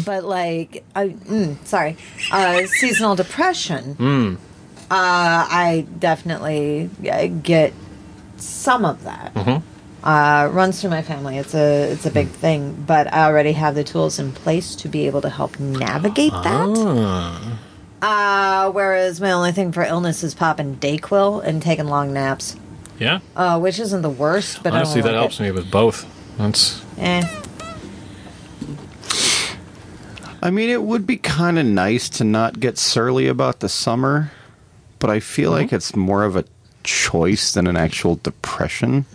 D: But like, I, mm, sorry, uh, seasonal depression.
C: Mm.
D: Uh, I definitely uh, get some of that.
C: Mm-hmm.
D: Uh, runs through my family. It's a it's a big
C: Mm.
D: thing.
C: Ah.
D: But I already have the tools in place to be able to help navigate that. Uh, whereas my only thing for illness is popping Dayquil and taking long naps,
C: Yeah.
D: uh, which isn't the worst, but
C: Honestly,
D: I don't
C: that helps me with both. That's
D: Eh.
B: I mean, it would be kind of nice to not get surly about the summer, but I feel like it's more of a choice than an actual depression.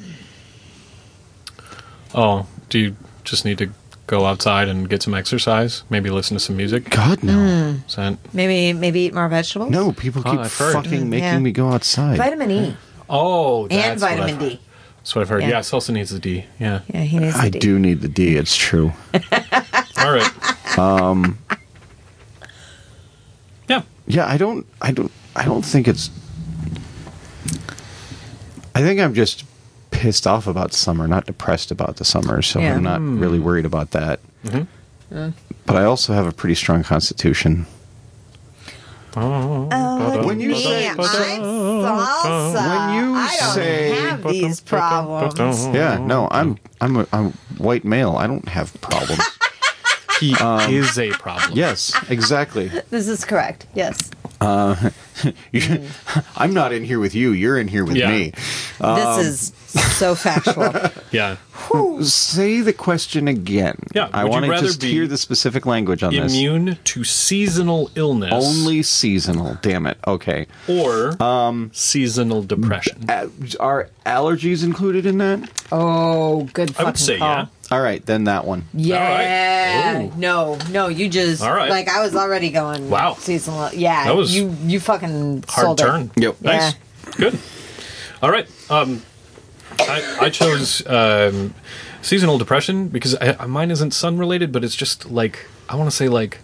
C: oh, do you just need to go outside and get some exercise? Maybe listen to some music.
B: God, no.
D: Mm.
C: Sent.
D: Maybe maybe eat more vegetables.
B: No, people
C: Oh,
B: keep
C: I've heard.
B: fucking making
D: Mm, yeah.
B: me go outside.
D: Vitamin E
C: Oh, that's
D: and vitamin
C: what I've,
D: D.
C: That's what I've heard.
D: Yeah.
C: Yeah, Salsa needs the D. Yeah.
D: Yeah, he needs.
B: I
D: the D.
B: do need the D, it's true.
C: All right.
D: Um,
C: Yeah.
B: Yeah, I don't I don't I don't think it's I think I'm just pissed off about summer, not depressed about the summer, so
D: Yeah.
B: I'm not really worried about that. But I also have a pretty strong constitution.
D: Oh,
B: When you
D: man,
B: say-
D: I'm salsa.
B: When you
D: I don't
B: say-
D: have these problems.
B: Yeah, no, I'm I'm a, I'm a white male. I don't have problems.
C: He
D: um,
C: is a problem.
B: yes, exactly.
D: This is correct. Yes,
B: You- I'm not in here with you. You're in here with
C: Yeah.
B: me. Um,
D: this is so factual.
C: Yeah.
B: Say the question again.
C: Yeah,
B: I
C: would you
B: want to
C: rather
B: just
C: be
B: hear the specific language on this.
C: Immune to seasonal illness
B: Only seasonal. Damn it. Okay.
C: or um, seasonal depression.
B: Uh, Are allergies included in that?
D: oh, good.
C: I would
D: fucking
C: say
D: call.
C: yeah.
B: All right, then that one.
D: Yeah.
B: Oh.
C: All right. Ooh.
D: No, no, you just
C: All right.
D: like I was already going
C: Wow.
D: seasonal. Yeah.
C: That was
D: you you fucking
C: Hard
D: sold
C: turn.
D: It.
B: Yep.
C: Nice. Good. All right. Um, I, I chose um, seasonal depression because I, I- mine isn't sun related, but it's just like I want to say like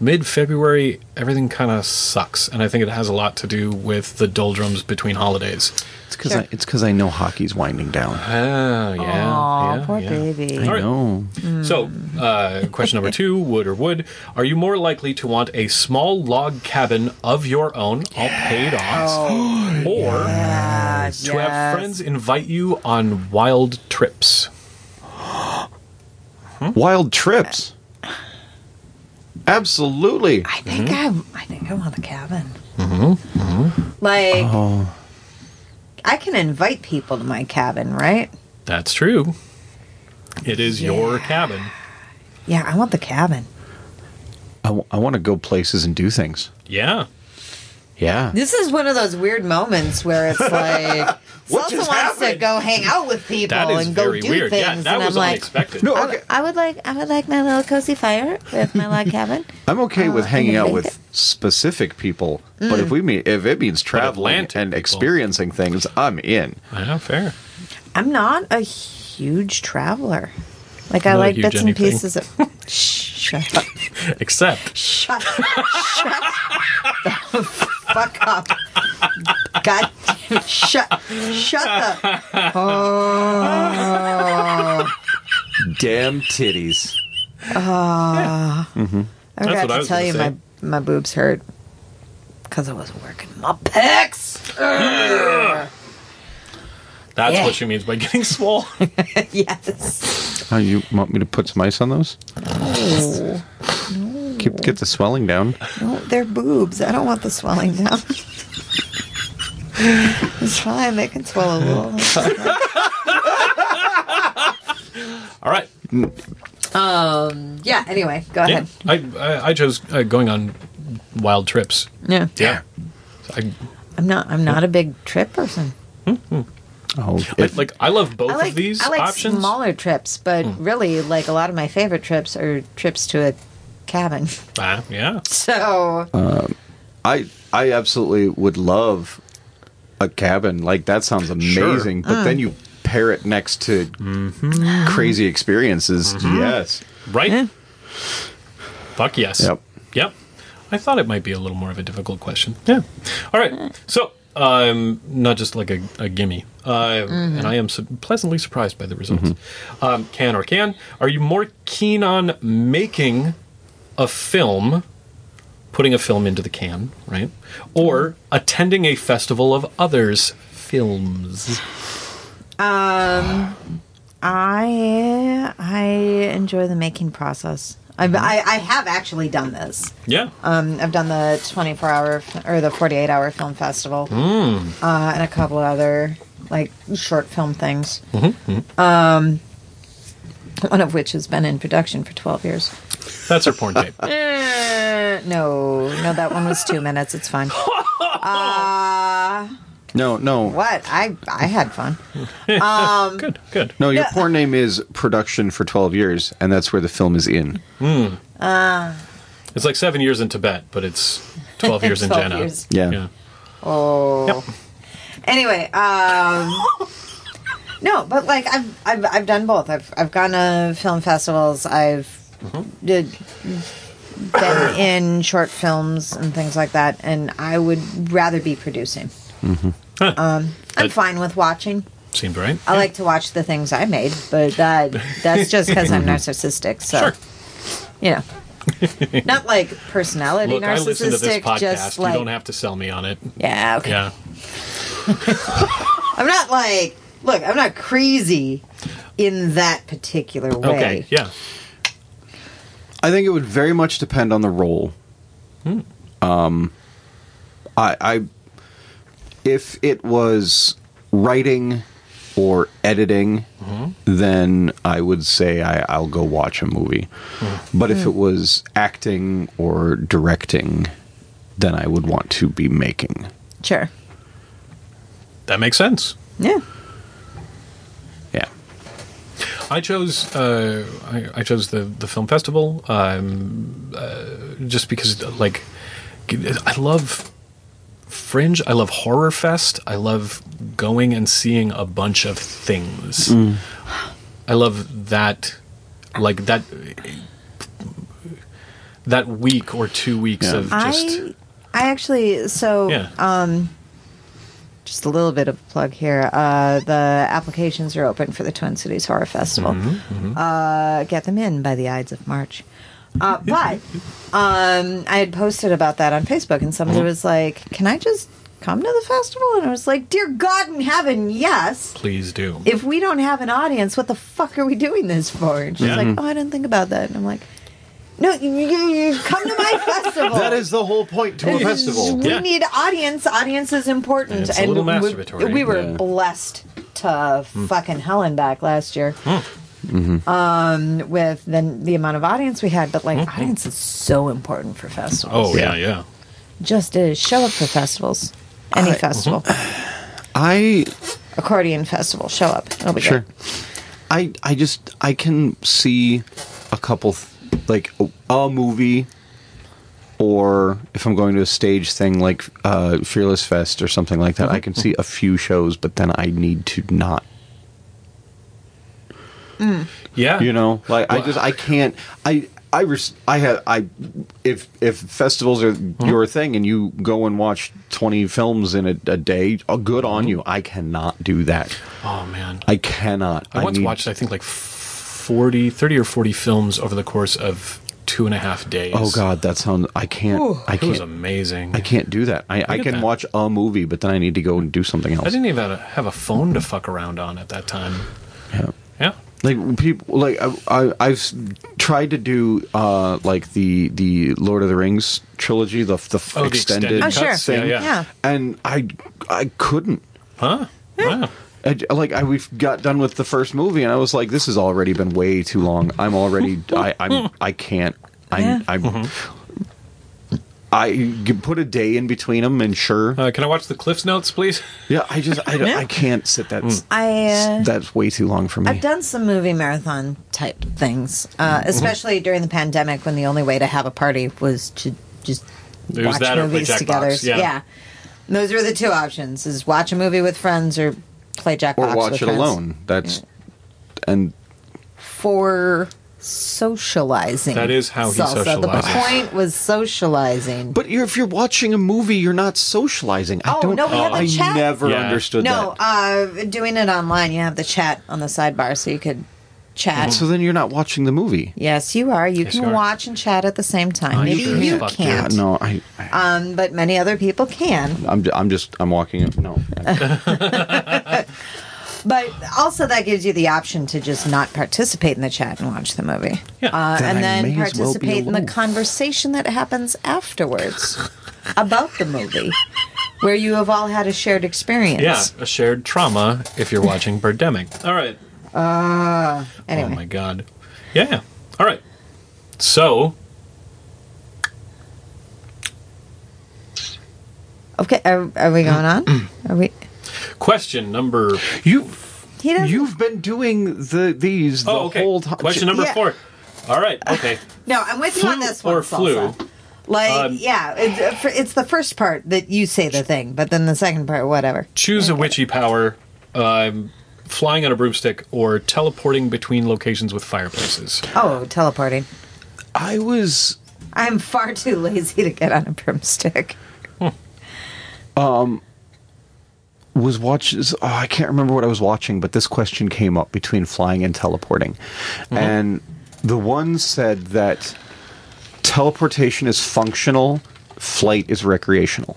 C: mid February, everything kind of sucks, and I think it has a lot to do with the doldrums between holidays.
B: It's because
D: Sure.
B: I, it's 'cause I know hockey's winding down.
C: Oh yeah.
D: Aw,
C: yeah,
D: Oh, poor
C: yeah.
D: baby.
C: All right.
B: No.
C: So, uh, question number two: Wood or wood? Are you more likely to want a small log cabin of your own, all paid off, or to
D: Ah,
C: have
D: Oh, yes.
C: friends invite you on wild trips?
B: Wild trips. Absolutely.
D: I think
C: Mm-hmm.
D: I I think I want a cabin. Like
B: Oh.
D: I can invite people to my cabin, right?
C: That's true. It is your cabin.
D: Yeah, I want the cabin.
B: I, w- I want to go places and do things.
C: Yeah.
B: Yeah.
D: This is one of those weird moments where it's like
B: What
D: Salsa
B: just
D: wants to
B: happened?
D: go hang out with people
C: That is
D: and go
C: very
D: do
C: weird.
D: things,
C: Yeah, that
D: and
C: was
D: I'm like,
C: unexpected.
B: No, okay.
D: I would like I would like my little cozy fire with my log cabin.
B: I'm okay with
D: Uh, Mm.
B: hanging out with
D: Atlantic.
B: specific people, but if we mean if it means traveling
C: Atlantic
B: and
C: people.
B: experiencing things, I'm in.
C: Yeah, fair.
D: I'm not a huge traveler. Like I
C: Not a
D: like
C: huge
D: bits and
C: anything.
D: pieces of. Shh, shut up!
C: Except
D: Shut up! Shut the fuck up! God, shut! Shut the.
B: Damn titties.
D: I forgot
C: what I
D: to
C: was
D: tell
C: gonna
D: you
C: say.
D: my my boobs hurt because I was working my pecs.
C: that's
D: Yeah.
C: what she means by getting swole.
D: yes.
B: Oh, you want me to put some ice on those? Keep get the swelling down.
D: No, they're boobs. I don't want the swelling down. it's fine. They can swell a little.
C: All right.
D: Um. Yeah. Anyway, go
C: Yeah.
D: ahead.
C: I, I I chose uh, going on wild trips.
D: Yeah.
C: Yeah. So I,
D: I'm not. I'm not a big trip person.
B: Oh,
C: I-
B: it-
C: like I love both
D: I like
C: of these
D: I like
C: options. Hmm.
D: smaller trips, but really, like a lot of my favorite trips are trips to a cabin.
C: Ah, yeah.
D: So
B: I I absolutely would love a cabin. Like that sounds amazing, but
D: Mm.
B: then you pair it next to
C: Mm-hmm.
B: crazy experiences. Yes.
C: Right? Fuck yes.
B: Yep.
C: Yep. I thought it might be a little more of a difficult question. Yeah. All right. So, um, not just like a, a gimme. Uh, And I am su- pleasantly surprised by the results. Um, can or can? Are you more keen on making a film, putting a film into the can, right? Or attending a festival of others' films?
D: I I enjoy the making process. I've, I, I have actually done this.
C: Yeah.
D: Um, I've done the 24 hour f- or the 48 hour film festival uh, and a couple of other like short film things. Um, one of which has been in production for 12 years.
C: That's her porn tape.
D: Eh, no, no, that one was two minutes. It's fine. Uh,
B: No, no.
D: what? I I had fun.
C: good, good.
B: No, your porn name is production for 12 years, and that's where the film is in.
C: It's like seven years in Tibet, but it's 12 years in
D: 12
C: Jena.
D: years.
B: Yeah.
C: Yeah.
D: Oh.
C: Yep.
D: Anyway, um, no, but like I've, I've I've done both. I've I've gone to film festivals. I've
C: Mm-hmm.
D: did, been in short films and things like that. And I would rather be producing.
C: Mm-hmm.
D: Um,
C: Huh.
D: I'm
C: But-
D: fine with watching.
C: Seemed right.
D: I like to watch the things I made, but that that's just because I'm narcissistic. So,
C: Mm-hmm. Sure.
D: you know, not like personality
C: Look, I listen to this
D: narcissistic.
C: podcast.
D: just like
C: you don't have to sell me on it.
D: yeah, okay.
C: Yeah.
D: I'm not like, look, I'm not crazy in that particular way.
C: Okay. Yeah.
B: I think it would very much depend on the role. Hmm. Um, I, I, if it was writing or editing, then I would say I, I'll go watch a movie. But if it was acting or directing, then I would want to be making.
D: Sure.
C: That makes sense.
D: Yeah.
B: Yeah.
C: I chose uh, I, I chose the the film festival um, uh, just because like I love Fringe. I love Horror Fest. I love going and seeing a bunch of things.
B: Mm.
C: I love that like that that week or two weeks of just
D: I I actually so
C: yeah
D: just a little bit of a plug here. Uh, the applications are open for the Twin Cities Horror Festival.
C: Mm-hmm,
D: Uh, get them in by the Ides of March. Uh, but um, I had posted about that on Facebook, and somebody
C: Mm-hmm.
D: was like, "Can I just come to the festival?" And I was like, "Dear God in heaven, yes."
C: please do.
D: if we don't have an audience, what the fuck are we doing this for? And she's
C: Yeah.
D: like, oh, I didn't think about that. And I'm like, no, you, you, you come to my festival.
B: That is the whole point to a festival.
D: We
C: Yeah.
D: need audience. Audience is important.
C: It's a little masturbatory. Hmm.
D: We, we were
B: Yeah.
D: blessed to fucking hell and back last year.
C: Mm-hmm.
D: Um, with then the amount of audience we had, but like audience is so important for festivals.
C: Mm-hmm. Oh yeah, yeah.
D: just to show up for festivals, any festival,
C: Mm-hmm.
B: I
D: accordion festival, show up. It'll be
B: Sure.
D: good.
B: I I just I can see a couple th- like a, a movie or if I'm going to a stage thing like uh, Fearless Fest or something like that, I can see a few shows, but then I need to not.
C: Yeah.
B: You know, like I just I can't I. I res- I had I if if festivals are
C: Mm-hmm.
B: your thing and you go and watch twenty films in a, a day, oh, good
C: Mm-hmm.
B: on you. I cannot do that.
C: Oh man.
B: I cannot.
C: I once
B: need-
C: watched, I think, like 40, 30 or 40 films over the course of two and a half days.
B: Oh God, that sounds. I can't. I
C: It was
B: can't.
C: amazing.
B: I can't do that. I, I
C: at
B: can
C: that.
B: watch a movie, but then I need to go and do something
C: I
B: else.
C: didn't even have a phone to fuck around on at that time.
B: Yeah.
C: Yeah.
B: Like people, like I, I, I've s- tried to do uh, like the the Lord of the Rings trilogy, the the
C: Oh, the
B: extended,
C: extended
D: Oh, sure.
B: cuts thing,
C: Yeah,
D: yeah.
B: and I I couldn't.
C: Huh? Wow.
B: I j- like I, we've got done with the first movie, and I was like, "This has already been way too long. I'm already. I, I'm. I can't. I.
D: Yeah.
B: I'm.
C: Mm-hmm.
B: I you put a day in between them, and sure.
C: Uh, can I watch the Cliffs Notes, please?
B: Yeah, I just. I, don't- I can't sit that. s-
C: Mm.
D: I uh,
B: That's way too long for me.
D: I've done some movie marathon type things,
C: Mm-hmm.
D: uh, especially during the pandemic when the only way to have a party was to just
C: It was
D: watch
C: that or play
D: movies
C: Jackbox,
D: together.
C: yeah.
D: And those were the two options: is watch a movie with friends or play Jackbox
B: or watch it
D: with friends.
B: alone. That's and
D: for socializing.
C: That is how he
D: Salsa.
C: socializes.
D: The point was socializing.
B: but you're, if you're watching a movie, you're not socializing. I
D: Oh,
B: don't.
D: no, we had the
B: I
D: chat.
B: never
C: Yeah.
B: understood
D: no,
B: that.
D: uh, doing it online, you have the chat on the sidebar, so you could chat.
B: so then you're not watching the movie.
D: Yes, you are.
C: Mm-hmm.
D: You
C: Yes,
D: can
C: you are.
D: watch and chat at the same time.
C: Oh, you
D: Maybe
C: sure as
D: you
C: fuck do.
B: Yeah,
D: can't,
B: no, I. I
D: um, but many other people can.
B: I'm. j- I'm just. I'm walking. No.
D: But also, that gives you the option to just not participate in the chat and watch the movie.
C: Yeah.
D: Uh,
G: Then
D: and
G: I
D: then
G: may as well be
D: participate in the
G: aloof.
D: conversation that happens afterwards about the movie, where you have all had a shared experience.
C: Yeah, a shared trauma if you're watching Birdemic. All right. Oh
D: Uh, Anyway,
C: my god. Yeah. All right. So,
D: okay, are, are we going on? Are we?
C: question number
B: You
D: He doesn't.
B: you've been doing the these the
C: Oh, okay.
B: whole time.
C: Question number
D: Yeah.
C: 4. All right. Okay.
D: no, I'm with you on this one.
C: or flu.
D: Salsa. Like,
C: Um,
D: yeah, it's, uh, for- it's the first part that you say the thing, but then the second part, whatever.
C: Choose a witchy power. Um flying on a broomstick or teleporting between locations with fireplaces.
D: Oh, teleporting.
B: I was
D: I'm far too lazy to get on a broomstick.
B: was watches. Oh, I can't remember what I was watching, but this question came up between flying and teleporting, and the one said that teleportation is functional, flight is recreational.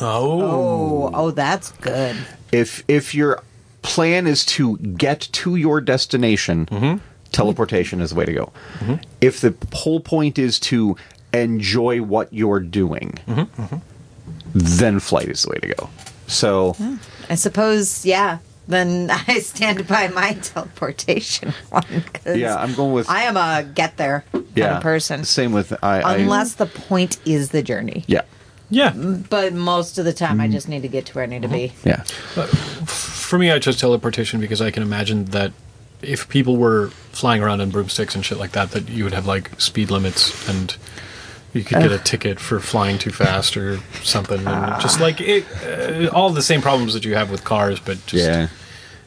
C: Oh.
D: Oh, oh, that's good.
B: If if your plan is to get to your destination, teleportation is the way to go. If the whole point is to enjoy what you're doing, then flight is the way to go. So
D: I suppose, yeah. Then I stand by my teleportation one. 'cause
B: yeah, I'm going with
D: I am a get there kind
B: yeah
D: of person.
B: Same with I,
D: Unless
B: I,
D: the point is the journey.
B: yeah Mm-hmm.
C: Yeah.
D: But most of the time, I just need to get to where I need to be.
B: yeah.
C: For me I chose teleportation because I can imagine that if people were flying around on broomsticks and shit like that that you would have like speed limits and you could get a ticket for flying too fast or something and just like it, uh, all the same problems that you have with cars but just
B: Yeah.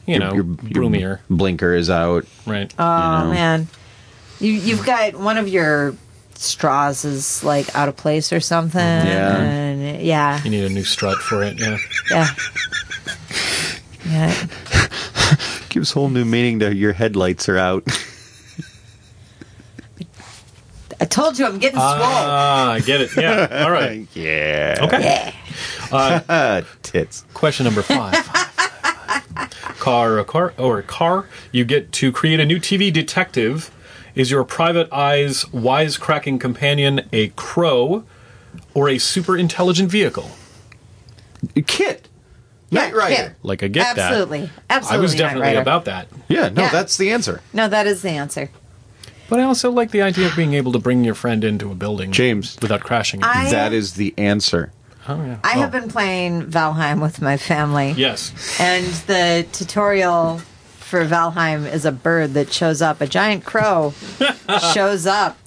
C: you know,
B: your, your
C: broomier,
B: blinker is out.
C: right?
D: Oh, man. You, you've got one of your straws is like out of place or something.
B: Yeah.
D: And yeah.
C: you need a new strut for it. Yeah.
D: Yeah. yeah.
B: Gives whole new meaning to your headlights are out.
D: I told you I'm getting
B: Uh,
D: swole.
C: Ah, I get it. Yeah. All right.
B: yeah.
C: Okay.
B: Uh, tits.
C: Question number five. car or car or car, you get to create a new TV detective. Is your private eye's wisecracking companion a crow or a super intelligent vehicle?
B: Kit.
D: Yeah,
B: Knight Rider.
D: yeah.
C: Like I get that.
D: Absolutely. Absolutely.
C: I was
D: Knight
C: definitely
D: Rider.
C: about that.
B: Yeah, no,
D: Yeah.
B: that's the answer.
D: No, that is the answer.
C: But I also like the idea of being able to bring your friend into a building
B: James.
C: without crashing it.
D: I-
B: that is the answer.
C: oh, yeah.
D: I
C: Oh.
D: have been playing Valheim with my family.
C: Yes.
D: And the tutorial for Valheim is a bird that shows up. A giant crow shows up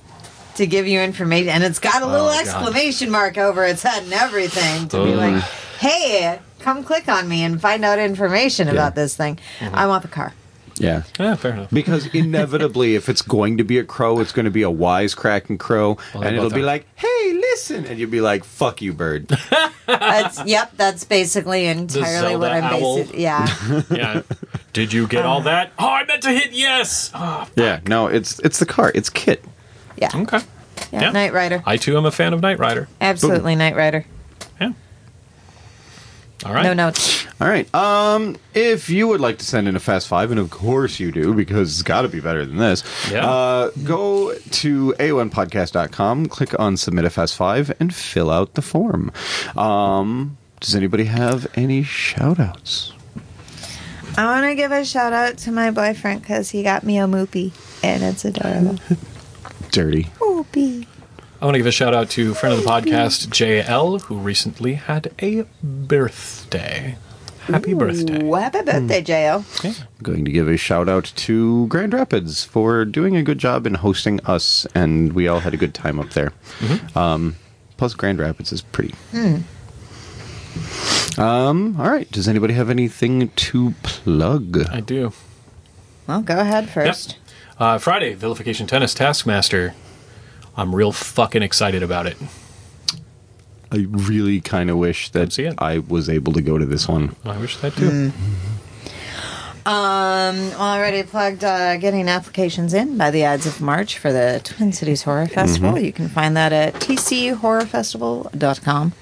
D: to give you information. And it's got a little
C: Oh, God.
D: exclamation mark over its head and everything to be like, hey, come click on me and find out information about this thing.
C: Uh-huh.
D: I want the car.
B: Yeah.
C: Yeah, fair enough.
B: Because inevitably, if it's going to be a crow, it's going to be a wisecracking crow,
C: they
B: and it'll
C: both
B: be
C: are.
B: like, "Hey, listen," and you'll be like, "Fuck you, bird."
D: That's, yep, that's basically entirely
C: Zelda
D: what I'm
C: owl.
D: basically. Yeah.
C: Yeah. Did you get all that? Oh, I meant to hit yes. Ah,
B: yeah, no, it's it's the car, it's Kit.
D: Yeah.
C: okay.
D: Yeah.
C: Yeah.
D: Knight Rider.
C: I too am a fan of Knight Rider.
D: Absolutely Knight Rider.
C: Yeah. All right.
D: No notes.
B: All right. Um, if you would like to send in a Fast Five, and of course you do, because it's got to be better than this,
C: Yeah.
B: uh, go to a1podcast.com, click on Submit a Fast Five, and fill out the form. Um, does anybody have any shout outs?
D: I want to give a shout out to my boyfriend because he got me a moopy and it's adorable.
B: Dirty.
D: Moopy.
C: I want to give a shout out to friend of the podcast JL, who recently had a birthday. Happy birthday! Hmm.
D: Ooh, happy birthday, Jo.
B: I'm going to give a shout out to Grand Rapids for doing a good job in hosting us, and we all had a good time up there. Um, plus, Grand Rapids is pretty. Um, all right. Does anybody have anything to plug?
C: I do.
D: Well, go ahead first.
C: Uh, Friday, vilification tennis taskmaster. I'm real fucking excited about it.
B: I really kind of wish
C: Don't
B: that
C: see it.
B: I was able to go to this one.
C: I wish that too.
D: Mm. Um, already plugged uh, getting applications in by the Ides of March for the
C: Mm-hmm.
D: Twin Cities Horror Festival. You can find that at tchorrorfestival.com.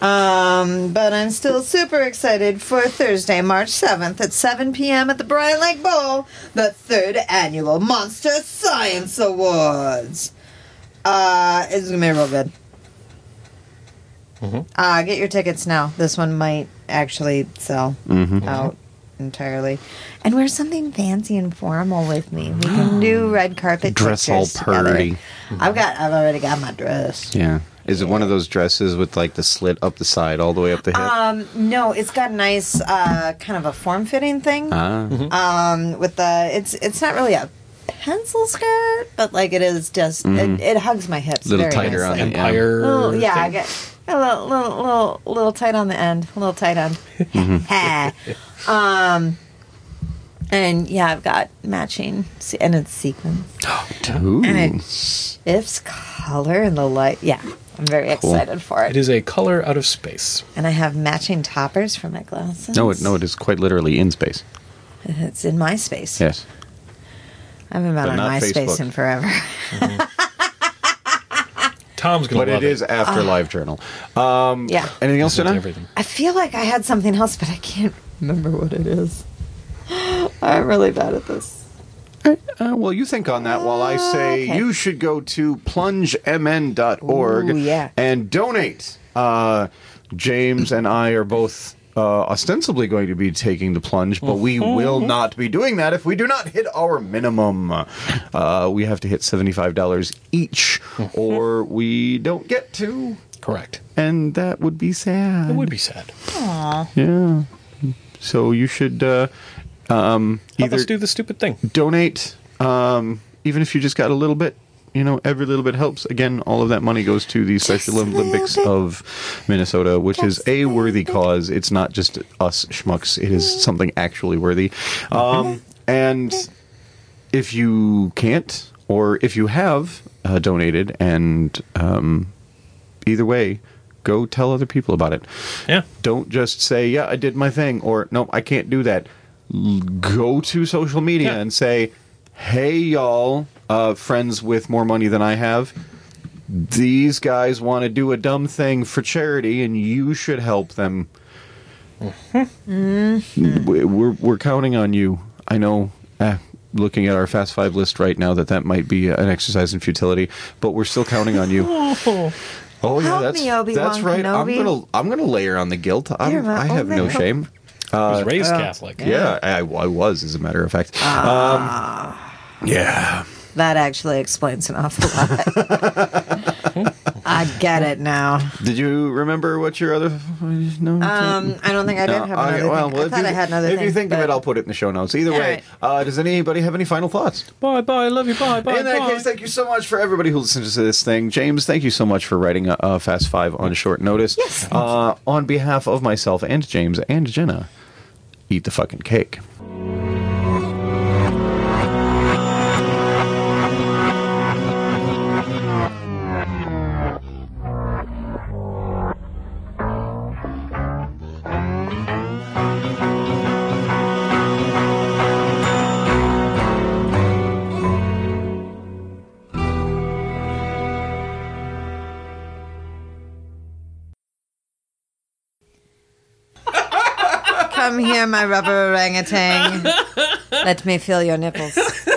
D: Um, but I'm still super excited for Thursday, March 7th at 7 p.m. at the Brian Lake Bowl, the third annual Monster Science Awards. Uh, it's gonna be real good.
B: Mm-hmm.
D: Uh, get your tickets now. This one might actually sell
B: Mm-hmm.
D: out entirely. And wear something fancy and formal with me. We can do red carpet
B: Dress all
D: pictures together.
B: purdy.
D: I've got. I've already got my dress.
B: Yeah. Is it one of those dresses with like the slit up the side all the way up the hip?
D: No, it's got a nice uh, kind of a form fitting thing.
B: Uh. Ah. Mm-hmm.
D: Um, with the it's it's not really a pencil skirt, but like it is just it, it hugs my hips.
B: Little
D: very
B: tighter on
D: nicely.
B: the end.
C: Empire.
D: Oh yeah, I
C: thing.
D: get a little, little, little, little tight on the end, a little tight on. um, and yeah, I've got matching, se- and it's sequins,
G: Ooh.
D: and it shifts color in the light. Yeah, I'm very excited for
C: It
D: it,
C: is a color out of space.
D: and I have matching toppers for my glasses.
G: No, it, no, it is quite literally in space.
D: it's in my space.
G: Yes.
D: I haven't been
B: But
D: on
B: not
D: MySpace
B: Facebook.
D: in forever.
C: Tom's gonna
B: but
C: love
B: it is uh, after Live Journal. Um,
D: yeah.
B: Anything else, Jenna?
C: everything.
D: I feel like I had something else, but I can't remember what it is. I'm really bad at this.
B: Uh, well, you think on that while I say
D: Okay.
B: you should go to plungemn.org
D: Ooh, yeah.
B: and donate. Uh, James and I are both uh, ostensibly going to be taking the plunge, but we will not be doing that if we do not hit our minimum. Uh, we have to hit $75 each, or we don't get to,
C: Correct.
B: and that would be sad.
C: It would be sad.
B: Yeah. So you should uh, um,
C: Either,
B: either
C: let's do the stupid thing.
B: donate, um, even if you just got a little bit. You know, every little bit helps. Again, all of that money goes to the Special
D: a little
B: Olympics
D: bit.
B: of Minnesota, which is
D: Just a
B: a
D: little
B: worthy
D: bit.
B: cause. It's not just us schmucks, it is something actually worthy. Um, and if you can't, or if you have uh, donated, and um, either way, go tell other people about it.
C: Yeah.
B: Don't just say, "Yeah, I did my thing," or "No, I can't do that." L- Go to social media
C: Yeah.
B: and say, "Hey, y'all, uh, friends with more money than I have, these guys want to do a dumb thing for charity, and you should help them."
D: Mm-hmm.
B: We- We're we're counting on you. I know. eh, looking at our fast five list right now, that that might be an exercise in futility, but we're still counting on you. Oh yeah,
D: Help
B: that's
D: me, Obi-Wan
B: that's right.
D: Kenobi.
B: I'm gonna I'm gonna layer on the guilt.
D: You're
B: I'm,
D: my
B: I have
D: only
B: no
D: hope.
B: shame.
C: I was raised
D: uh,
C: Catholic.
B: Yeah, I, I was as a matter of fact.
D: Ah.
B: um, yeah,
D: That actually explains an awful lot. I get it now.
B: did you remember what your other no?
D: Um, I don't think I did have another
B: okay, well,
D: thing.
B: well,
D: I
B: if
D: thought
B: you,
D: I had another
B: if
D: thing.
B: you think of
D: but-
B: it, I'll put it in the show notes. Either
D: All
B: way,
D: right.
B: uh, does anybody have any final thoughts?
C: Bye bye. Love you. Bye bye.
B: In that
C: bye.
B: case, thank you so much for everybody who listens to this thing. James, thank you so much for writing a, a Fast Five on short notice. Yes. Uh, on behalf of myself and James and Jenna, eat the fucking cake.
D: Come here, my rubber orangutan. Let me feel your nipples.